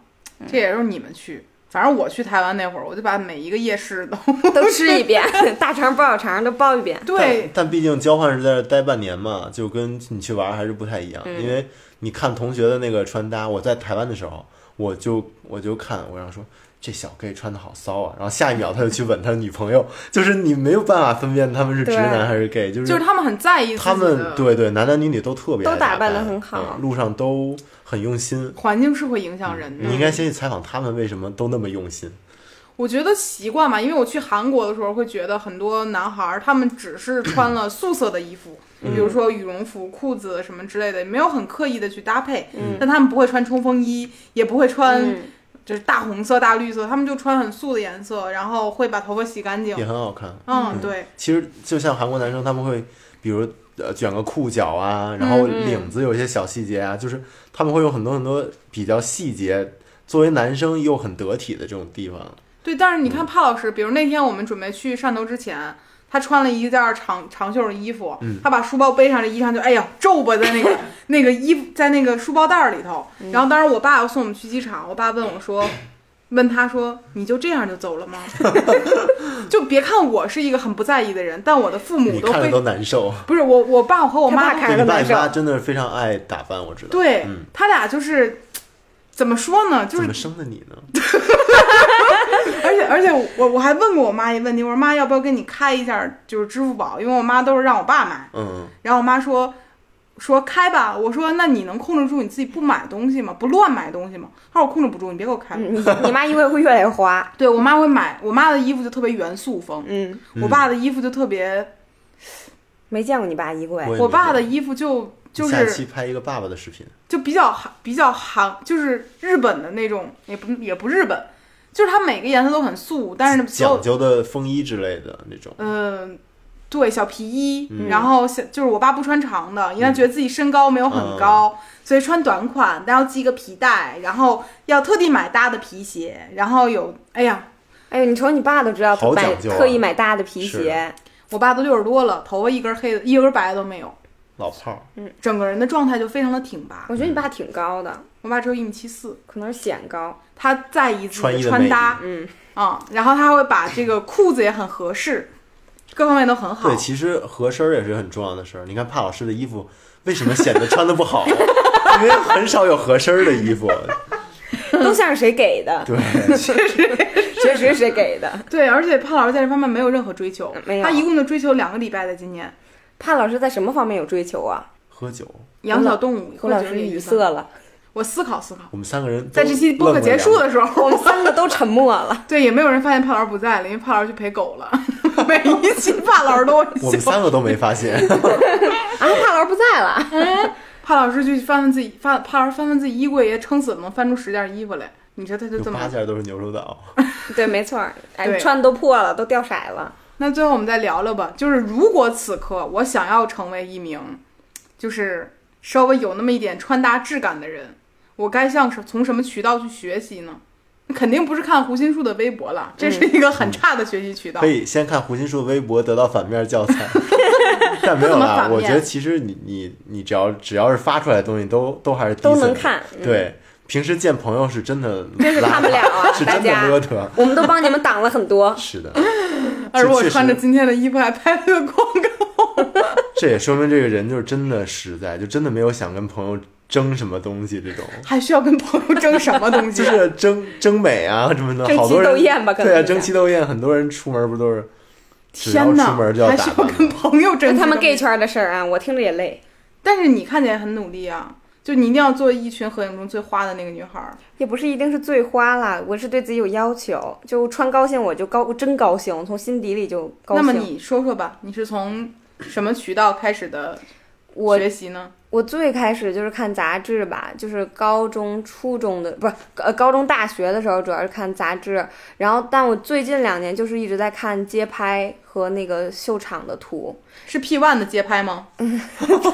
S1: 这也就是你们去。反正我去台湾那会儿，我就把每一个夜市都。
S2: 都吃一遍， 大肠包小肠都包一遍
S1: 对，
S3: 但，但毕竟交换是在这儿待半年嘛，就跟你去玩儿还是不太一样，因为你看同学的那个穿搭，我在台湾的时候，我就我就看，我让说这小 gay 穿的好骚啊，然后下一秒他就去吻他的女朋友，就是你没有办法分辨他们是直男还是 gay，就
S1: 就是
S3: 是
S1: 他们很在意自
S3: 他
S1: 己
S3: 们
S1: 的
S3: 对对男男女女都特别
S2: 都
S3: 爱
S2: 打扮
S3: 扮
S2: 得很好
S3: 嗯路上都很用心。
S1: 环境是会影响人的
S3: 你。应该先去采访他们为什么都那么用心，
S1: 我觉得习惯吧，因为我去韩国的时候会觉得很多男孩儿他们只是穿了素色的衣服，
S3: 嗯
S1: 比如说羽绒服、裤子什么之类的，没有很刻意的去搭配。
S2: 嗯
S1: 但他们不会穿冲锋衣，也不会穿
S2: 嗯，
S1: 就是大红色、大绿色，他们就穿很素的颜色，然后会把头发洗干
S3: 也
S1: 净。
S3: 很好看。
S1: 嗯，对，
S3: 其实就像韩国男生，他们会比如呃卷个裤脚啊，然后
S2: 嗯
S3: 领子有一些小细节啊，就是他们会有很多很多比较细节，作为男生又很得体的这种地方。
S1: 对。但是你
S3: 嗯
S1: 看帕老师，比如那天我们准备去汕头之前。他穿了一件长长袖的衣服，
S3: 嗯
S1: 他把书包背上，这衣裳就哎呀皱巴在那个那个衣服在那个书包袋儿里头。
S3: 嗯
S1: 然后当时我爸要送我们去机场，我爸问我说，问他说你就这样就走了吗？ 就别看我是一个很不在意的人，但我的父母
S3: 你
S1: 都
S3: 看着
S1: 非
S3: 都难受。
S1: 不是我我爸和我
S2: 他
S1: 妈
S2: 爸
S1: 看。
S2: 看着
S3: 对
S2: 都
S3: 你爸
S2: 难
S3: 你
S2: 受。
S3: 妈真的非常爱打扮，我知道。
S1: 对、
S3: 嗯
S1: 他俩就是怎么说呢？就
S3: 怎
S1: 是
S3: 么生的你呢？
S1: 而且而且我我还问过我妈一个问题，我说妈要不要给你开一下就是支付宝，因为我妈都是让我爸买，
S3: 嗯，
S1: 然后我妈说说开吧，我说那你能控制住你自己不买东西吗？不乱买东西吗？她说我控制不住，你别给我开。
S2: 嗯你你妈衣服会越来越 花，
S1: 对我妈会买，我妈的衣服就特别元素风，
S2: 嗯，
S1: 我爸的衣服就特别，
S2: 没见过你爸衣柜，
S3: 我也
S1: 我爸的
S3: 没见
S1: 衣服就就
S3: 过下
S1: 是
S3: 期拍一个爸爸的视频，
S1: 就比较韩比较韩，就是日本的那种，也不也不日本，就是它每个颜色都很素，但是呢所有
S3: 讲究的风衣之类的那种。
S1: 嗯，对，小皮衣，
S3: 嗯
S1: 然后小就是我爸不穿长的，因为他觉得自己身高没有很
S3: 嗯
S1: 高，所以穿短款，但要系个皮带，然后要特地买大的皮鞋，然后有，哎呀，
S2: 哎呦，你瞅你爸都知道
S3: 好
S2: 买
S3: 讲究啊
S2: 特意买大的皮
S3: 是
S2: 鞋，
S1: 我爸都六十多了，头发一根黑的，一根白的都没有，
S3: 老炮儿，
S1: 整个人的状态就非常的挺拔。
S2: 我觉得你爸挺高的，
S1: 我爸只有一米七四，
S2: 可能是显 高，
S1: 他在意自
S3: 穿衣
S1: 己
S3: 的
S1: 穿
S3: 魅
S1: 搭
S2: 嗯，
S1: 啊、然后他会把这个裤子也很合适，各方面都很好
S3: 对，。其实合身儿也是很重要的事儿。你看帕老师的衣服为什么显得穿的不好？ 因为很少有合身儿的衣服。
S2: 都像是谁 给 的，
S3: 对，
S2: 确实是谁给的。
S1: 对，而且胖老师在这方面没有任何追求
S2: 嗯，没有
S1: 他一共就追求两个礼拜，在今年。
S2: 帕老师在什么方面有追求啊？
S3: 喝酒。
S1: 养小动物，
S2: 胡
S1: 喝
S2: 老
S1: 酒
S2: 师
S1: 也
S2: 语
S1: 语
S2: 塞。了，
S1: 我思考思考，
S3: 我们三个人都
S1: 在这期播客
S3: 愣了
S1: 结束
S3: 两
S1: 的时候，
S2: 我们三个都沉默了。
S1: 对，也没有人发现帕老师不在了，因为帕老师去陪狗了。 每一期帕老师都会
S3: 我们
S1: 笑
S3: 三个都没发现，
S2: 啊，帕老师不在了，
S1: 帕老师去翻翻自己翻，帕老师翻翻自己衣柜，也撑死了能翻出十件衣服来。你说他就
S3: 有
S1: 这么
S3: 八件都是牛首岛。
S2: 对，没错儿，哎，
S1: 对
S2: 穿的都破了，都掉色了。
S1: 那最后我们再聊聊吧，就是如果此刻我想要成为一名，就是稍微有那么一点穿搭质感的人，我该向什从什么渠道去学习呢？肯定不是看胡心树的微博了，
S2: 嗯
S1: 这是一个很差的学习渠道。
S3: 嗯可以先看胡心树微博得到反面 教材，但没有
S1: 不怎么
S3: 啦。
S1: 反面
S3: 我觉得其实你你你只要只要是发出来的东西都都还是
S2: 都
S3: decent
S2: 能
S3: 的
S2: 看嗯
S3: 对，平时见朋友是真的，
S2: 真是看不了啊
S3: 是
S2: 大
S3: 真的
S2: 家
S3: 邋遢。，
S2: 我们都帮你们挡了很多
S3: 是的，
S1: 而我
S3: 确实
S1: 穿着今天的衣服还拍了个广告，
S3: 这也说明这个人就是真的实在，就真的没有想跟朋友争什么东西这种。
S1: 还需要跟朋友争什么东西
S3: 就？是争争美啊什么的，
S2: 争
S3: 好多
S2: 奇
S3: 人
S2: 斗艳吧可能
S3: 对啊，
S2: 是
S3: 争奇斗艳，很多人出门不都是 只要
S1: 天
S3: 出
S1: 哪，
S3: 门就要
S1: 还
S3: 打
S1: 需要
S3: 扮
S1: 跟
S3: 吗？
S1: 朋友
S2: 就
S1: 争
S2: 他们 gay
S1: 这种
S2: 圈的事儿啊，我听着也累。
S1: 但是你看起来很努力啊，就你一定要做一群合影中最花的那个女孩儿。
S2: 也不是一定是最花啦，我是对自己有要求，就穿高兴我就高，我真高兴，我从心底里就高
S1: 那
S2: 兴。
S1: 么你说说吧，你是从什么渠道开始的
S2: 我
S1: 学习呢？
S2: 我最开始就是看杂志吧，就是高中、初中的不是呃高中、大学的时候主要是看杂志，然后但我最近两年就是一直在看街拍和那个秀场的图，
S1: 是 P One 的街拍吗？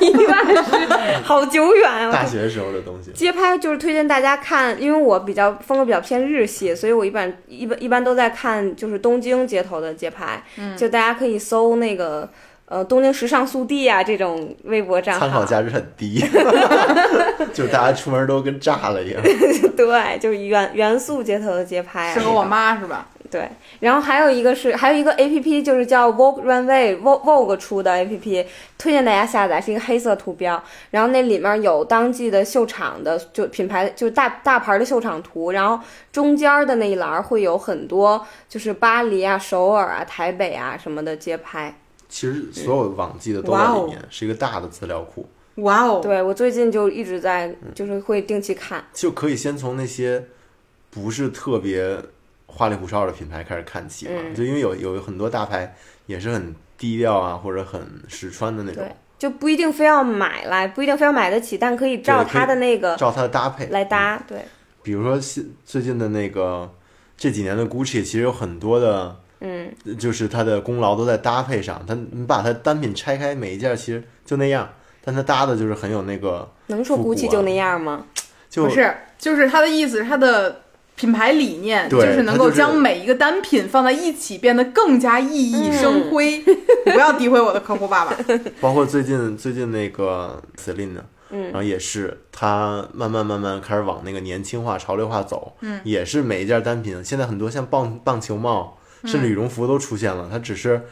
S2: 好久远啊！
S3: 大学时候的东西，
S2: 街拍就是推荐大家看，因为我比较风格比较偏日系，所以我一般一般一般都在看就是东京街头的街拍，
S1: 嗯
S2: 就大家可以搜那个呃东京时尚速递啊这种微博账
S3: 参考
S2: 号，
S3: 价值很低，就是大家出门都跟炸了 一样。
S2: 对，就是元元素街头的街拍、啊，
S1: 适合我妈是吧？
S2: 对，然后还有一个是，还有一个 A P P 就是叫 Vogue Runway Vogue Vogue 出的 A P P，推荐大家下载，是一个黑色图标，然后那里面有当季的秀场的，就品牌就是大大牌的秀场图，然后中间的那一栏儿会有很多就是巴黎啊、首尔啊、台北啊什么的街拍。
S3: 其实所有往季的都
S1: 哇
S3: 在
S1: 哦
S3: 里面，是一个大的资料库，
S1: 哇哦，
S2: 对我最近就一直在，
S3: 嗯
S2: 就是会定期看。
S3: 就可以先从那些不是特别花里胡哨的品牌开始看起嘛。
S2: 嗯
S3: 就因为有有很多大牌也是很低调啊，或者很实穿的那种
S2: 对，，就不一定非要买来，不一定非要买得起，但可以照
S3: 对可以嗯
S2: 它的那个
S3: 照它的搭配
S2: 来搭。对，
S3: 比如说现最近的那个这几年的 Gucci，其实有很多的，
S2: 嗯，
S3: 就是它的功劳都在搭配上。它你把它单品拆开，每一件其实就那样，但它搭的就是很有那个，
S2: 能说
S3: 复古
S2: GUCCI
S3: 啊
S2: 就那样吗？
S3: 就
S1: 不是，就是他的意思是他的品牌理念，就
S3: 对
S1: 是能够
S3: 它就是
S1: 将每一个单品放在一起，变得更加熠熠
S2: 嗯
S1: 生辉。 你不要诋毁我的客户爸爸，
S3: 包括最近最近那个 Celine 呢。嗯，然后也是，它慢慢慢慢开始往那个年轻化、潮流化走。嗯，也是每一件单品，现在很多像棒棒球帽，甚至羽绒服都出现了。它只是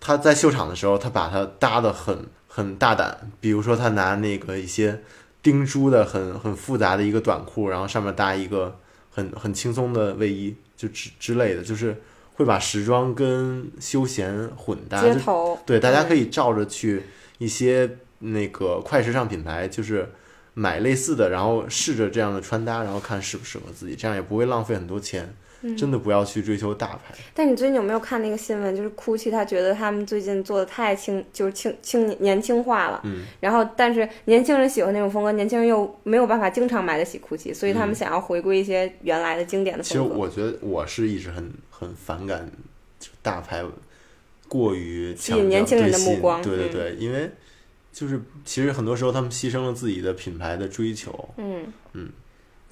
S3: 他在秀场的时候，他把它搭的很很大胆，比如说他拿那个一些钉珠的很很复杂的一个短裤，然后上面搭一个很很轻松的卫衣，就之之类的，就是会把时装跟休闲混搭。
S2: 街
S3: 就
S2: 头
S3: 对，大家可
S2: 嗯
S3: 以照着去一些那个快时尚品牌，就是买类似的，然后试着这样的穿搭，然后看适不适合自己，这样也不会浪费很多钱。
S2: 嗯
S3: 真的不要去追求大牌，
S2: 但你最近有没有看那个新闻？就是 GUCCI 他觉得他们最近做的太轻，就是轻轻年年轻化了。
S3: 嗯。
S2: 然后，但是年轻人喜欢那种风格，年轻人又没有办法经常买得起 GUCCI，所以他们想要回归一些原来的经典的
S3: 嗯其实
S2: 风格。嗯
S3: 我觉得我是一直很很反感就大牌过于
S2: 吸
S3: 强
S2: 引
S3: 调
S2: 年轻人
S3: 对
S2: 的目
S3: 吸引
S2: 光嗯
S3: 对对对，因为就是其实很多时候他们牺牲了自己的品牌的追求，
S2: 嗯，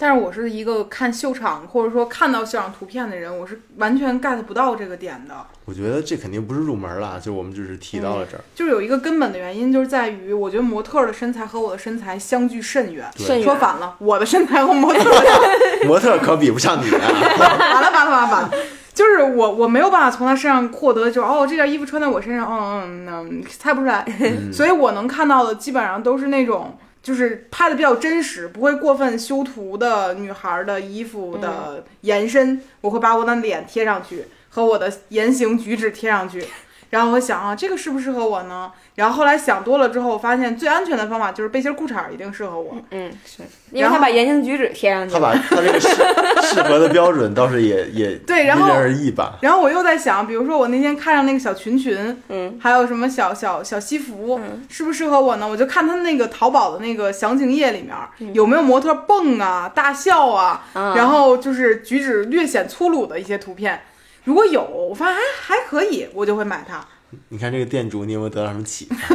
S1: 但是我是一个看秀场或者说看到秀场图片的人，我是完全 get 不到这个点的。
S3: 我觉得这肯定不是入门啦，就我们只是提到了这儿，
S1: 就是有一个根本的原因，就是在于我觉得模特儿的身材和我的身材相距甚远。
S3: 对
S2: 甚远
S1: 说反了，我的身材和模特儿的
S2: 嗯
S3: 模特可比不上你 啊，
S1: 完了完了完了完了，就是我我没有办法从他身上获得就哦这件衣服穿在我身上，嗯嗯嗯，猜不出来，
S3: 嗯
S1: 所以我能看到的基本上都是那种。就是拍的比较真实，不会过分修图的女孩的衣服的延伸，我会把我的脸贴上去和我的言行举止贴上去， 然后我想啊，这个适不适合我呢？然后后来想多了之后，我发现最安全的方法就是背心儿裤衩儿一定适合我。
S2: 嗯，是因为他把言行举止贴上去
S3: 他
S2: 了。
S3: 把他这个适适合的标准倒是也也
S1: 对
S3: 因
S1: 然后
S3: 人而异吧。
S1: 然后我又在想，比如说我那天看上那个小裙裙，
S2: 嗯，
S1: 还有什么小小小西服，适不适合我呢？我就看他那个淘宝的那个详情页里面、有没有模特蹦啊、大笑啊，
S2: 嗯啊
S1: 然后就是举止略显粗鲁的一些图片。如果有，我发现哎还还可以，我就会买它。
S3: 你看这个店主，你有没有得到什么启发？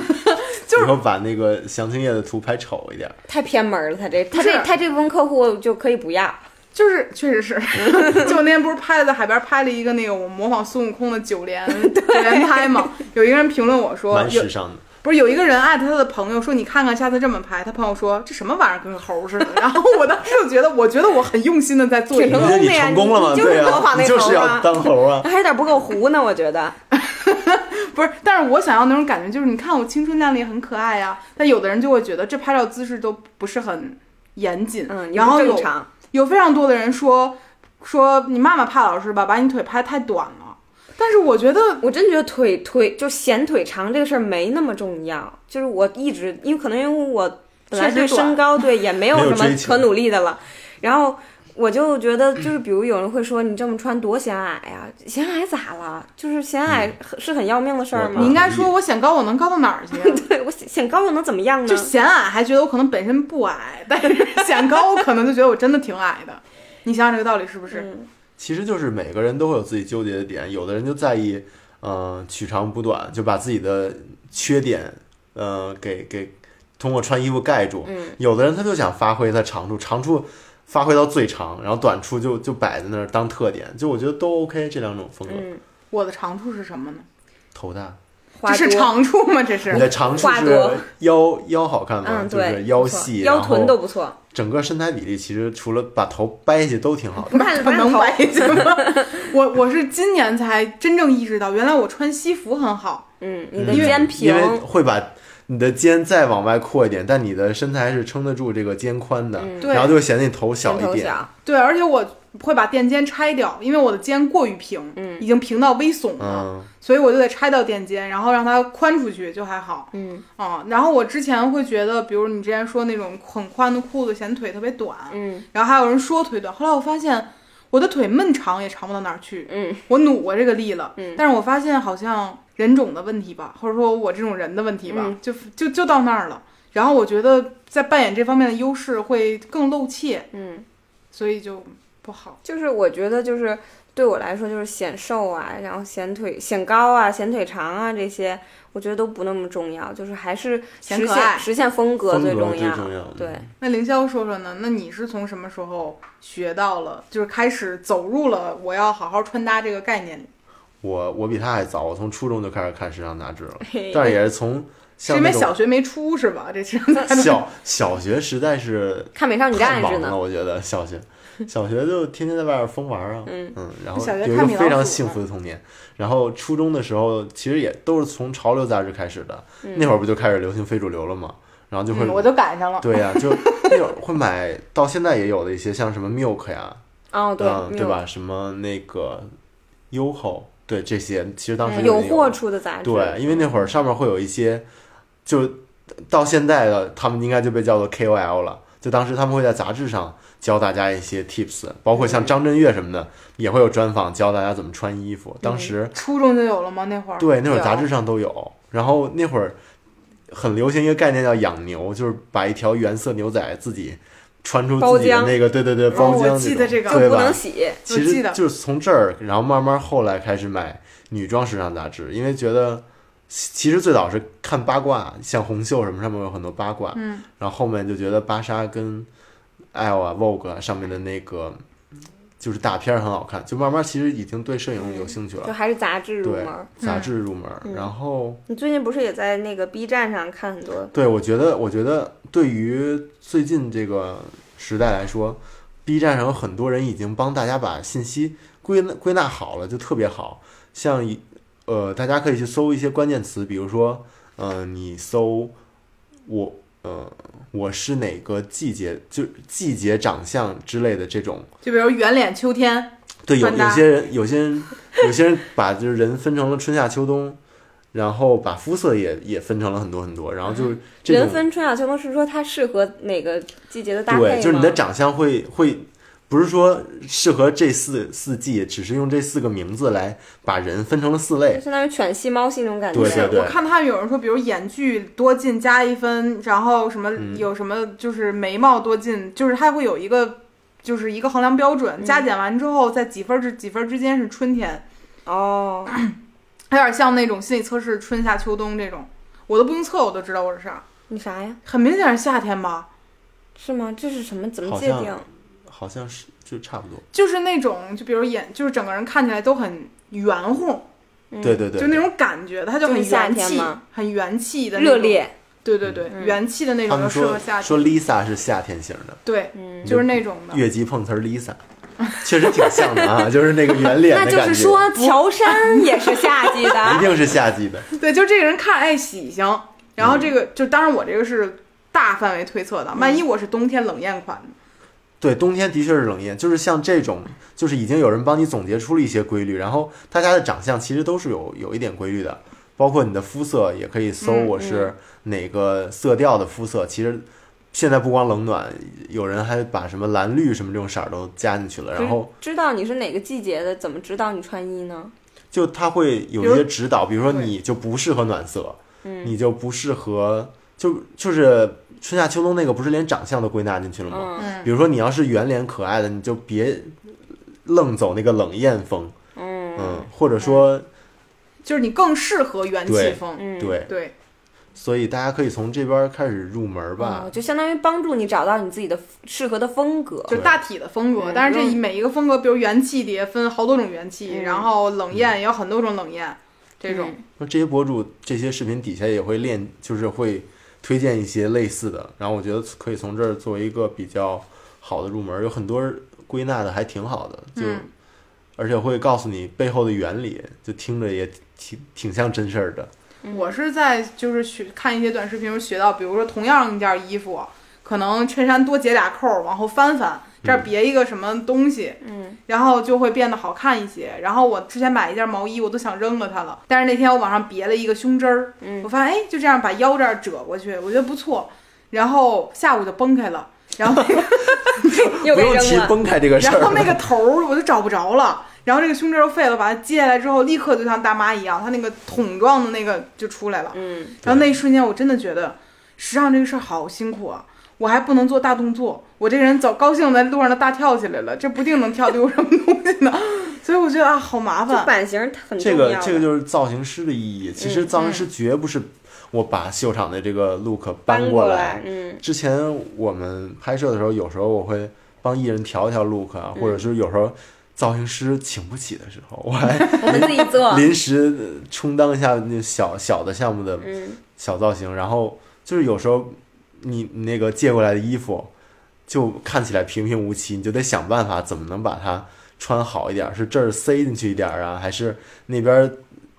S1: 就是
S3: 以后把那个详情页的图拍丑一点。
S2: 太偏门了，他这他
S1: 是
S2: 这他这部分客户就可以不 要。
S1: 就是，确实 是，就我那天不是拍了在海边拍了一个那个我模仿孙悟空的九 连九连拍嘛，有一个人评论我说，
S3: 蛮
S1: 有
S3: 时尚的。
S1: 不是有一个人艾特他的朋友说你看看下次这么拍，他朋友说这什么玩意儿跟个猴似的，然后我当时就觉得，我觉得我很用心的在做一
S3: 你
S1: 个
S2: 挺，
S3: 说
S2: 成功
S3: 你
S2: 的呀
S3: 成功了吗？
S2: 你就是
S3: 对
S2: 模
S3: 啊，
S2: 仿那
S3: 你就是
S2: 猴
S3: 要
S2: 啊
S3: 当猴啊！
S2: 还有点不够糊呢，我觉得。
S1: 不是，但是我想要那种感觉，就是你看我青春靓丽很可爱呀、但有的人就会觉得这拍照姿势都不是很严谨，
S2: 嗯，
S1: 然后
S2: 也不
S1: 有
S2: 正常。
S1: 有非常多的人说说你妈妈怕老师吧，把你腿拍太短了，但是我觉得。
S2: 我真觉得腿腿就显腿长这个事儿没那么重要，就是我一直因为可能因为我本来
S1: 确实
S2: 对身高对也没有
S3: 没有
S2: 什么
S3: 追求
S2: 可努力的了，然后我就觉得就是比如有人会说你这么穿多显矮呀、显矮咋了？就是显矮很是很要命的事儿
S3: 嗯我
S1: 你
S2: 吗
S1: 应？该说我显高，我能高到哪儿去啊？
S2: 对我显显高又能怎么样
S1: 就
S2: 呢？
S1: 显矮还觉得我可能本身不矮，但 是显高我可能就觉得我真的挺矮的。你想想这个道理是不是？
S2: 嗯
S3: 其实就是每个人都会有自己纠结的点，有的人就在意，呃，取长补短，就把自己的缺点，呃，给给通过穿衣服盖住。
S2: 嗯
S3: 有的人他就想发挥他长处，长处发挥到最长，然后短处就就摆在那儿当特点。就我觉得都 OK 这两种风格。
S2: 嗯，
S1: 我的长处是什么呢？
S3: 头大，
S2: 花
S1: 这是
S2: 多
S1: 长处吗？这
S3: 你
S1: 是
S3: 的长处
S2: 话
S3: 是
S2: 多
S3: 腰腰好看吗？
S2: 嗯
S3: 就
S2: 对
S3: 是腰
S2: 不错
S3: 细，
S2: 腰
S3: 然后
S2: 臀都不错，
S3: 整个身材比例，其实除了把头掰下去都挺好的。
S2: 不 看
S1: 可
S2: 不
S1: 能
S2: 看头
S1: 白去吗？ 我我是今年才真正意识到，原来我穿西服很好。
S2: 嗯，你的
S3: 因为
S2: 肩平
S3: 因为会把你的肩再往外扩一点，但你的身材是撑得住这个肩宽的，
S2: 嗯
S1: 对
S3: 然后就会显得你头小
S2: 肩
S3: 一
S2: 头
S3: 点。
S2: 小，
S1: 对，而且我会把垫肩拆掉，因为我的肩过于平，
S2: 嗯
S1: 已经平到微耸了，
S3: 嗯，
S1: 所以我就得拆掉垫肩，然后让它宽出去，就还好。
S2: 嗯
S1: 啊、然后我之前会觉得，比如你之前说那种很宽的裤子显腿特别短，
S2: 嗯
S1: 然后还有人说腿短，后来我发现我的腿闷长也长不到哪儿去，
S2: 嗯，
S1: 我努过这个力了，
S2: 嗯
S1: 但是我发现好像人种的问题吧，或者说我这种人的问题吧，
S2: 嗯
S1: 就就就到那儿了。然后我觉得在扮演这方面的优势会更露怯，
S2: 嗯。
S1: 所以就不好。
S2: 就是我觉得就是对我来说就是显瘦啊，然后显腿显高啊，显腿长啊这些，我觉得都不那么重要，就是还是
S1: 显
S2: 实
S1: 可爱
S2: 现实现风格
S3: 风格
S2: 最重
S3: 最重要嗯的
S2: 对，
S1: 那凌霄说说呢？那你是从什么时候学到了，就是开始走入了我要好好穿搭这个概念里？
S3: 我我比他还早，我从初中就开始看时尚杂志了，
S2: 嘿
S3: 嗯但是也是从
S1: 是
S3: 像
S1: 因为
S3: 那种
S1: 小学没出是吧？这是
S3: 小小学时代是
S2: 看美少女战
S3: 太忙
S2: 士
S3: 了，
S2: 呢，
S3: 我觉得小学小学就天天在外边疯玩啊，
S2: 嗯
S3: 然后
S1: 小学
S3: 有一
S1: 看
S3: 个
S1: 米老
S3: 非常
S1: 鼠
S3: 幸
S1: 嘛
S3: 福的童年。然后初中的时候，其实也都是从潮流杂志开始的，那会儿不就开始流行非主流了吗？然后就会
S1: 嗯我就赶上了。
S3: 对 呀、就那种会买，到现在也有的一些像什么 Milk 呀，
S2: 哦对，
S3: 嗯，
S2: 没
S3: 对
S2: 有？
S3: 吧？什么那个优 o 对这些，其实当时
S2: 嗯
S3: 就
S2: 有
S3: 已经
S2: 货
S3: 了
S2: 出的杂志，
S3: 对，因为那会儿上面会有一些，就到现在的他们应该就被叫做 KOL 了。就当时他们会在杂志上教大家一些 tips，包括像
S2: 嗯
S3: 张震岳什么的也会有专访教大家怎么穿衣服。
S2: 嗯
S3: 当时
S1: 初中就有了吗？那会儿啊
S3: 对那会儿
S2: 有
S3: 杂志上都有，然后那会儿很流行一个概念叫养牛，就是把一条原色牛仔自己穿出
S2: 包
S3: 自己的
S2: 浆
S3: 那个对对对包
S1: 哦
S3: 浆
S1: 我
S3: 那种，
S1: 记得这个
S2: 就
S3: 对
S2: 不
S3: 吧
S2: 能？洗，
S3: 其
S1: 我记
S3: 实
S1: 得
S3: 就是从这儿，然后慢慢后来开始买女装时尚杂志，因为觉得其其实最早是看八卦，像红袖什么上面有很多八卦，
S1: 嗯，
S3: 然后后面就觉得芭莎跟 L 啊 Vogue 啊上面的那个就是大片儿很好看，就慢慢其实已经对摄影有兴趣
S2: 就
S3: 了，
S2: 还是杂志入
S3: 对
S2: 门儿。
S3: 杂志入门，
S2: 嗯
S3: 然后。
S2: 你最近不是也在那个 B 站上看很多？
S3: 对，我觉得，我觉得对于最近这个时代来说，B 站上有很多人已经帮大家把信息归纳归纳好了，就特别好。像一呃，大家可以去搜一些关键词，比如说，呃，你搜我呃我是哪个季节，就季节长相之类的这种。
S1: 就比如圆脸秋天，
S3: 对，有
S1: 穿搭
S3: 有些人，有些人，有些人把就是人分成了春夏秋冬，然后把肤色也也分成了很多很多，然后就是这
S2: 人
S3: 种
S2: 分春夏秋冬是说它适合哪个季节的搭配吗？
S3: 对，就是你的长相会会不是说适合这四四季，只是用这四个名字来把人分成了四类
S2: 就。相当于犬系、猫系那种感觉。
S3: 对对对
S1: 我看他们有人说，比如眼距多近加一分，然后什么
S3: 嗯
S1: 有什么就是眉毛多近，就是它会有一个就是一个衡量标准，加减完之后在几分至几分之间是春天，
S2: 哦，
S1: 它有点像那种心理测试春夏秋冬这种，我都不用测我都知道我是啥，
S2: 你啥呀？
S1: 很明显是夏天吧，
S2: 是吗？这是什么？怎么
S3: 好
S2: 界
S3: 像
S2: 定？
S3: 好像是就差不多。
S1: 就是那种就比如眼就是整个人看起来都很圆乎，
S2: 嗯
S3: 对对对，
S1: 就那种感觉，它就很
S2: 就是夏
S1: 元
S2: 天
S1: 气
S2: 嘛，
S1: 很元气的那
S2: 热
S1: 种，
S2: 烈，嗯
S1: 对对对，元气的那
S3: 他
S1: 种
S3: 们
S1: 就适合
S3: 说
S1: 夏天，
S3: 说 Lisa 是夏天型的，
S1: 对，
S2: 嗯，
S1: 就是那种的。
S3: 越级碰瓷儿 Lisa，确实挺像的啊，就是那个圆脸
S2: 那
S3: 的
S2: 就
S3: 感
S2: 是
S3: 觉，
S2: 说乔杉也是夏季
S3: 一
S2: 的，
S3: 定是夏季的。
S1: 对，就这个人看爱喜庆，然
S3: 嗯
S1: 后这个、就当然我这个是大范围推测的，
S2: 嗯
S1: 万一我是冬天冷艳款呢，
S3: 对，冬天的确是冷艳，就是像这
S1: 嗯
S3: 种，就是已经有人帮你总结出了一些规律，然后大家的长相其实都是有有一点规律的，包括你的肤色也可以搜
S1: 嗯
S3: 我是哪个色调的肤色，其实。现在不光冷暖，有人还把什么蓝绿什么这种色儿都加进去了，然后
S2: 知道你是哪个季节的，怎么知道你穿衣呢？
S3: 就他会有
S1: 比如
S3: 一些指导，比如说
S1: 对
S3: 你就不适合暖色，
S2: 嗯
S3: 你就不适合，就就是春夏秋冬那个不是连长相都归纳进去了吗？
S2: 嗯
S1: 嗯，
S3: 比如说你要是圆脸可爱的，你就别愣走那个冷艳风，
S2: 嗯
S3: 嗯，或者说
S1: 就是你更适合元气
S3: 对
S1: 风，
S2: 嗯，
S3: 对，
S1: 对，
S3: 所以大家可以从这边开始入门吧
S2: 哦，。就相当于帮助你找到你自己的适合的风格。
S1: 就大体的风格。
S2: 嗯
S1: 但是这
S2: 嗯
S1: 每一个风格，比如元气的也分好多种元气，
S2: 嗯
S1: 然后冷艳也有很多种冷艳，这种
S3: 那这些博主这些视频底下也会练，就是会推荐一些类似的，然后我觉得可以从这儿作为一个比较好的入门，有很多归纳的还挺好的，就、
S1: 嗯
S3: 而且会告诉你背后的原理，就听着也挺挺像真事儿的。
S2: 嗯
S1: 我是在就是学看一些短视频时候学到，比如说同样一件衣服，可能衬衫多解俩扣儿，往后翻翻，这儿别一个什么东西，
S2: 嗯，
S1: 然后就会变得好看一些。然后我之前买一件毛衣，我都想扔了它了，但是那天我往上别了一个胸针儿，
S2: 嗯
S1: 我发现哎，就这样把腰这儿折过去，我觉得不错。然后下午就崩开了，然后
S2: 又
S3: 不
S2: 给
S3: 用
S2: 扔
S3: 提
S2: 了。
S3: 崩开这个事
S1: 然
S3: 儿
S1: 后那
S3: 了，
S1: 个头儿我就找不着了，然后这个胸针儿又废了，把它揭下来之后，立刻就像大妈一样，它那个桶状的那个就出来了。
S2: 嗯，
S1: 然后那一瞬间，我真的觉得时尚这个事儿好辛苦啊。我还不能做大动作，我这个人走高兴在路上都大跳起来了，这不定能跳丢什么东西呢。所以我觉得啊，好麻
S2: 就
S1: 烦。
S2: 版型很
S3: 这
S2: 重
S3: 个
S2: 要。嗯
S3: 这个就是造型师的意义。其实造型师绝不是我把秀场的这个 look
S2: 搬
S3: 过
S2: 来，嗯
S3: 之前我们拍摄的时候，有时候我会帮艺人调一调 look 啊，
S2: 嗯
S3: 或者是有时候造型师请不起的时候，我还
S2: 我们自己 做。
S3: 临时呃充当一下那小小的项目的
S2: 嗯，
S3: 小造型。然后就是有时候你你那个借过来的衣服，就看起来平平无奇，你就得想办法怎么能把它穿好一点儿，是这儿塞进去一点儿啊，还是那边儿，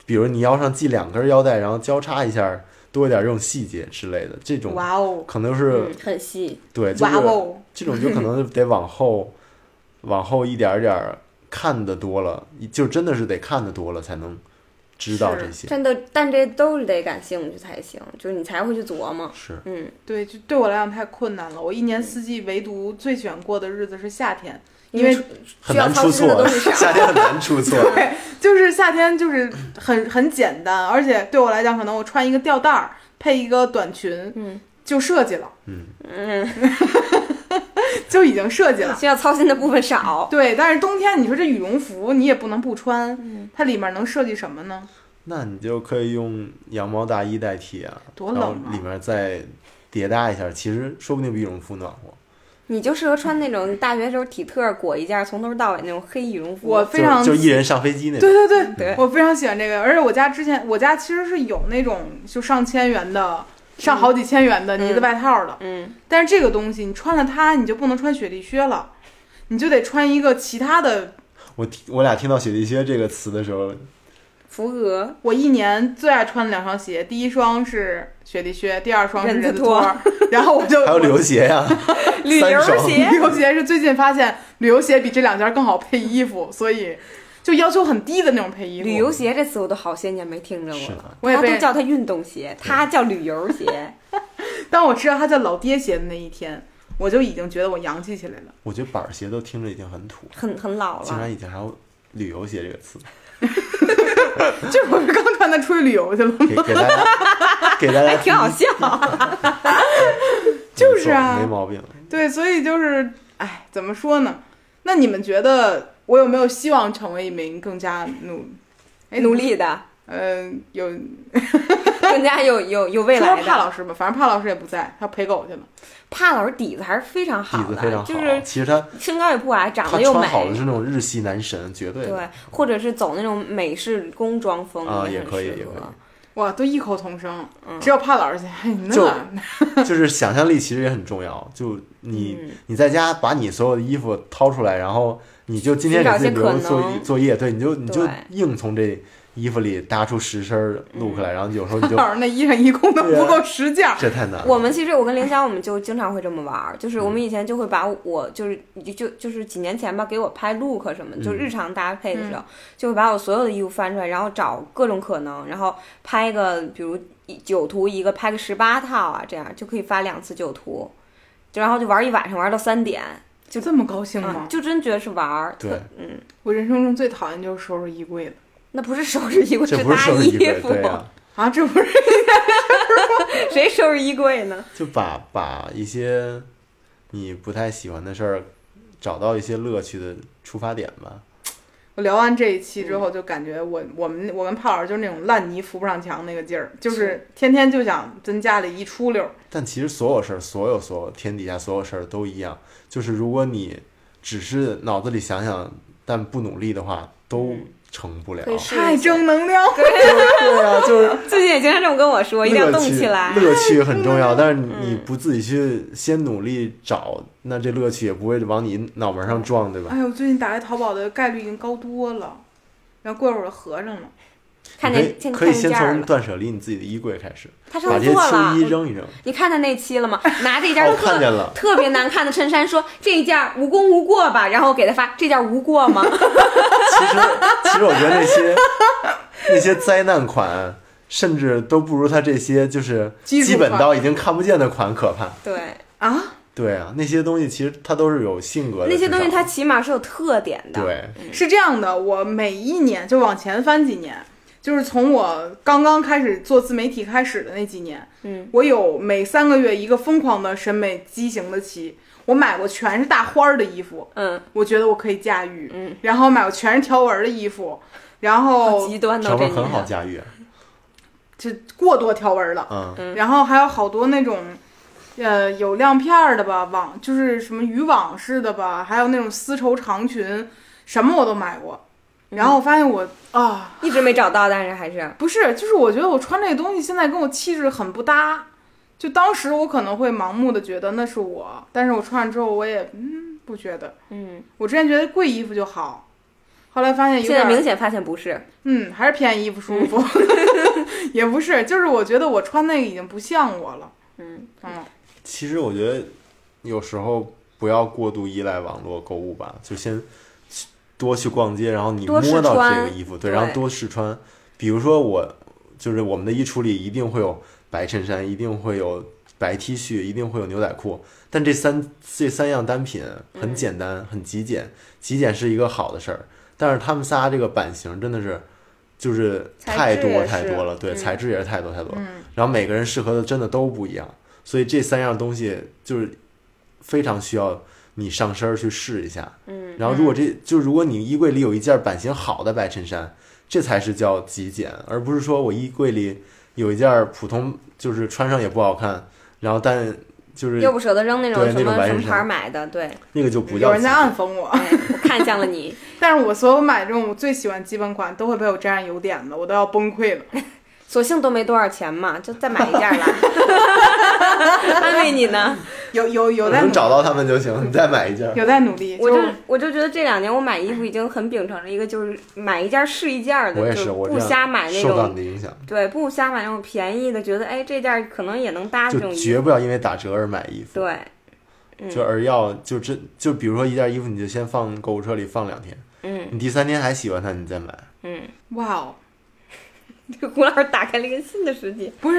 S3: 比如你腰上系两根腰带，然后交叉一下儿，多一点儿这种细节之类的，这种
S1: 哇哦，
S3: 可能是、
S2: 嗯很细。
S3: 对，就
S1: 哇
S3: 是
S1: 哦，
S3: 这种就可能得往后， 往后一点儿一点儿看的多了，就真的是得看的多了才能知道这些。
S2: 但都但这都得感兴趣才行，就是你才会去琢磨。
S3: 是，
S2: 嗯，
S1: 对，就对我来讲太困难了。我一年四季唯独最喜欢过的日子是夏天，因为
S3: 很
S2: 需要
S3: 难
S2: 操
S3: 出
S2: 心的
S3: 错
S2: 东 西，
S3: 夏天很难出错。
S1: 就是夏天就是很很简单，而且对我来讲，可能我穿一个吊带儿配一个短裙
S2: 嗯
S1: 就设计了，
S2: 嗯，
S1: 就已经设计了。
S2: 需要操心的部分少。
S1: 对，但是冬天你说这羽绒服你也不能不
S2: 嗯
S1: 穿，它里面能设计什么呢？
S3: 那你就可以用羊毛大衣代替啊，
S1: 多
S3: 然后
S1: 冷啊
S3: 里面再叠搭一下，其实说不定比羽绒服暖和。
S2: 你就适合穿那种大学时候体特裹一件从头到尾那种黑羽绒服。
S1: 我非常
S3: 就就一人上飞机那种
S1: 对。对对，
S2: 嗯对，
S1: 我非常喜欢这个，而且我家之前我家其实是有那种就上千元的。上好几千元的呢子
S2: 嗯
S1: 外套的，
S2: 嗯，
S1: 但是这个东西你穿了它，你就不能穿雪地靴了，你就得穿一个其他的。
S3: 我听我俩听到“雪地靴”这个词的时候，
S2: 扶额
S1: 我一年最爱穿的两双鞋，第一双是雪地靴，第二双是
S2: 人字
S1: 人字
S2: 拖
S1: 拖。 然后我就
S3: 还有旅
S1: 我
S3: 游鞋呀、
S2: 旅
S3: 三
S2: 游
S3: 种
S2: 鞋
S1: 旅游鞋是最近发现旅游鞋比这两件更好配衣服，所以就要求很低的那种配衣服。
S2: 旅游鞋这词我都好些年没听着过
S3: 是
S2: 了，
S3: 的，
S1: 我也
S2: 大家都
S1: 被，
S2: 叫它运动鞋，它叫旅游 鞋。
S1: 当我知道它叫老爹鞋的那一天，我就已经觉得我洋气起来了。
S3: 我觉得板儿鞋都听着已经很土，
S2: 很很老
S3: 竟
S2: 了。
S3: 然以前还有旅游鞋这个词，
S1: 这我是刚穿它出去旅游去了 吗？
S3: 给给大 家给大
S2: 还
S3: 家
S2: 挺好笑，
S1: 嗯就是啊
S3: 没错没毛病。
S1: 对，所以就是，哎，怎么说呢？那你们觉得我有没有希望成为一名更加努，哎，
S2: 努？力的，
S1: 呃，有，
S2: 更加有有有未
S1: 说
S2: 来
S1: 说帕
S2: 的。
S1: 老师吧，反正帕老师也不在，他陪狗去了。
S2: 帕老师底子还是非常好
S3: 底
S2: 的，
S3: 子非常好，
S2: 就是
S3: 其实他
S2: 身高也不矮，长
S3: 他
S2: 得又
S3: 穿好的
S2: 美，
S3: 是那种日系男神，绝对的
S2: 对，或者是走那种美式工装风
S3: 啊也
S2: 很
S3: 可以
S2: 适
S3: 也
S2: 合
S3: 可以
S1: 哇，都异口同声，
S2: 嗯
S1: 只有帕老师去。 哎，你那
S3: 就
S1: 哪
S3: 就是想象力其实也很重要。就你、
S2: 嗯
S3: 你在家把你所有的衣服掏出来，然后你就今天给自
S2: 寻
S3: 己
S2: 找
S3: 留
S2: 一些
S3: 个
S2: 可
S3: 作
S2: 能
S3: 作业，对，你就你就
S2: 对嗯
S3: 硬从这衣服里搭出十身儿 look 来，然后有时 候你就
S1: 老师那衣裳一共都
S3: 对
S1: 不
S3: 啊
S1: 够十件儿。
S3: 这太难了。
S2: 我们其实我跟凌霄，我们就经常会这么玩儿，就是
S3: 嗯
S2: 我们以前就会把我就是就就就是几年前吧，给我拍 look 什么的，
S3: 嗯
S2: 就日常搭配的时候，就会把我所有的衣服翻出来，然后找各种可能，然后拍个比如一九图一个，拍个十八套啊，这样就可以发两次九图，就然后就玩一晚上，玩到三点，
S1: 就这么高兴
S2: 嗯
S1: 吗，？
S2: 就真觉得是玩儿，
S3: 对
S2: 特嗯，
S1: 我人生中最讨厌就是收拾衣柜了
S2: 那不是收拾衣柜，
S3: 这不
S2: 搭
S3: 是收拾衣
S2: 衣
S3: 柜，
S2: 服，
S3: 对啊，
S1: 啊！这不是
S2: 谁收拾衣柜呢？
S3: 就把把一些你不太喜欢的事儿，找到一些乐趣的出发点吧。
S1: 我聊完这一期之
S2: 嗯
S1: 后，就感觉我我们我跟帕老师就是那种烂泥扶不上墙那个劲儿，就是天天就想跟家里一出溜儿。
S3: 但其实所有事儿，所有所有天底下所有事儿都一样，就是如果你只是脑子里想想，但不努力的话，都成不了。
S2: 可以试一下
S1: 太正能量了，
S3: 对啊，就是
S2: 最近也经常这么跟我说，一定要
S3: 乐
S2: 动
S3: 趣
S2: 起来。 嗯
S3: 乐趣很重要，但是你不自己去先努力找，那这乐趣也不会往你脑门上撞，对吧？
S2: 嗯
S1: 哎呦，最近打开淘宝的概率已经高多了，然后过一会儿合上了。
S2: 看
S3: 你
S2: 见
S3: 可
S2: 见
S3: 以可以
S2: 看
S3: 先
S2: 见件儿
S3: 从
S2: 了，
S3: 断舍离你自己的衣柜开始，
S2: 他上
S3: 把这
S2: 次
S3: 些
S2: 做了
S3: 秋衣。扔一扔。
S2: 你看他那期 了吗？拿着一件
S3: 哦
S2: 儿
S3: 我看见
S2: 特
S3: 了，
S2: 特别难看的衬衫，说这一件儿无功无过吧，然后我给他发这件儿无过吗？
S3: 其实其实我觉得那些 那些灾难款，甚至都不如它这些就是
S1: 基础
S3: 基本
S1: 款
S3: 到已经看不见的款可 怕。
S2: 对，
S1: 啊，
S3: 对啊，那些东西其实它都是有性格的，
S2: 那些东西
S3: 至少
S2: 它起码是有特点的。
S3: 对
S1: 是这样的，我每一年就往前翻几年，就是从我刚刚开始做自媒体开始的那几年，
S2: 嗯，
S1: 我有每三个月一个疯狂的审美畸形的期，我买过全是大花儿的衣服，
S2: 嗯，
S1: 我觉得我可以驾驭，
S2: 嗯，
S1: 然后买过全是条纹儿的衣服，然
S2: 好
S1: 后
S2: 极端的
S3: 条
S2: 这
S3: 纹
S2: 女
S3: 很好
S2: 的，
S3: 驾驭啊，
S1: 就过多条纹儿了，
S3: 嗯，
S2: 嗯
S1: 然后还有好多那种，呃，有亮片儿的吧，网就是什么渔网式的吧，还有那种丝绸长裙，什么我都买过。
S2: 嗯
S1: 然后我发现我啊，
S2: 一直没找到，但是还是
S1: 不是，就是我觉得我穿这个东西现在跟我气质很不搭。就当时我可能会盲目的觉得那是我，但是我穿上之后我也嗯不觉得。
S2: 嗯，
S1: 我之前觉得贵衣服就好，后来发现有
S2: 现在
S1: 点
S2: 明显发现不是，
S1: 嗯，还是便宜衣服舒服。
S2: 嗯
S1: 也不是，就是我觉得我穿那个已经不像我了。
S2: 嗯
S3: 哦
S1: 嗯，
S3: 其实我觉得有时候不要过度依赖网络购物吧，就先去多去逛街，然后你
S2: 多试
S3: 摸到这个
S2: 穿
S3: 衣服，
S2: 对
S3: 对，然后多试穿。比如说我，就是我们的衣橱里一定会有白衬衫，一定会有白 T 恤，一定会有牛仔裤，但这三这三样单品很简单，很极简，极简是一个好的事儿，但是他们仨这个版型真的是。就是太
S2: 材质
S3: 多
S2: 也
S3: 太
S2: 是
S3: 多了，对，
S2: 嗯
S3: 材质也是太多太多
S1: 嗯
S3: 了。然后每个人适合的真的都不一样，所以这三样东西就是非常需要你上身儿去试一下。
S2: 嗯，
S3: 然后如果这就如果你衣柜里有一件版型好的白衬衫，这才是叫极简，而不是说我衣柜里有一件普通，就是穿上也不好看，然后但就是
S2: 又不舍得扔那种
S3: 对
S2: 什
S3: 那
S2: 么
S3: 种白
S2: 什么
S3: 衬
S2: 牌儿
S3: 衫
S2: 买的， 对，
S3: 那个就不
S1: 有
S3: 叫
S1: 人
S3: 极
S1: 在
S3: 简。
S1: 暗讽我，
S2: 哎我看向了你，
S1: 但是我所有买这种我最喜欢基本款都会被我沾上油点子，我都要崩溃了。
S2: 索性都没多少钱嘛，就再买一件儿吧。 安慰你呢。
S1: 有有有在努
S3: 能找到他们 就行，你再买一件。
S1: 有在努力，
S2: 我就
S1: 就
S2: 我就觉得这两年我买衣服已经很秉承着一个就是买一件儿是一件儿的，
S3: 我也，
S2: 就是
S3: 我
S2: 不
S3: 这
S2: 瞎
S3: 样
S2: 买那
S3: 受到
S2: 种
S3: 你，的影响，
S2: 对，不瞎买那种便宜的，觉得哎这件儿可能也能搭这
S3: 就
S2: 种衣服，
S3: 绝不要因为打折而买衣服。
S2: 对，嗯
S3: 就而要就真就比如说一件衣服，你就先放购物车里放两天，
S2: 嗯
S3: 你第三天还喜欢它，你再买。
S2: 嗯，
S1: 哇哦，
S2: 这古老师打开了一个新的世界。
S1: 不是，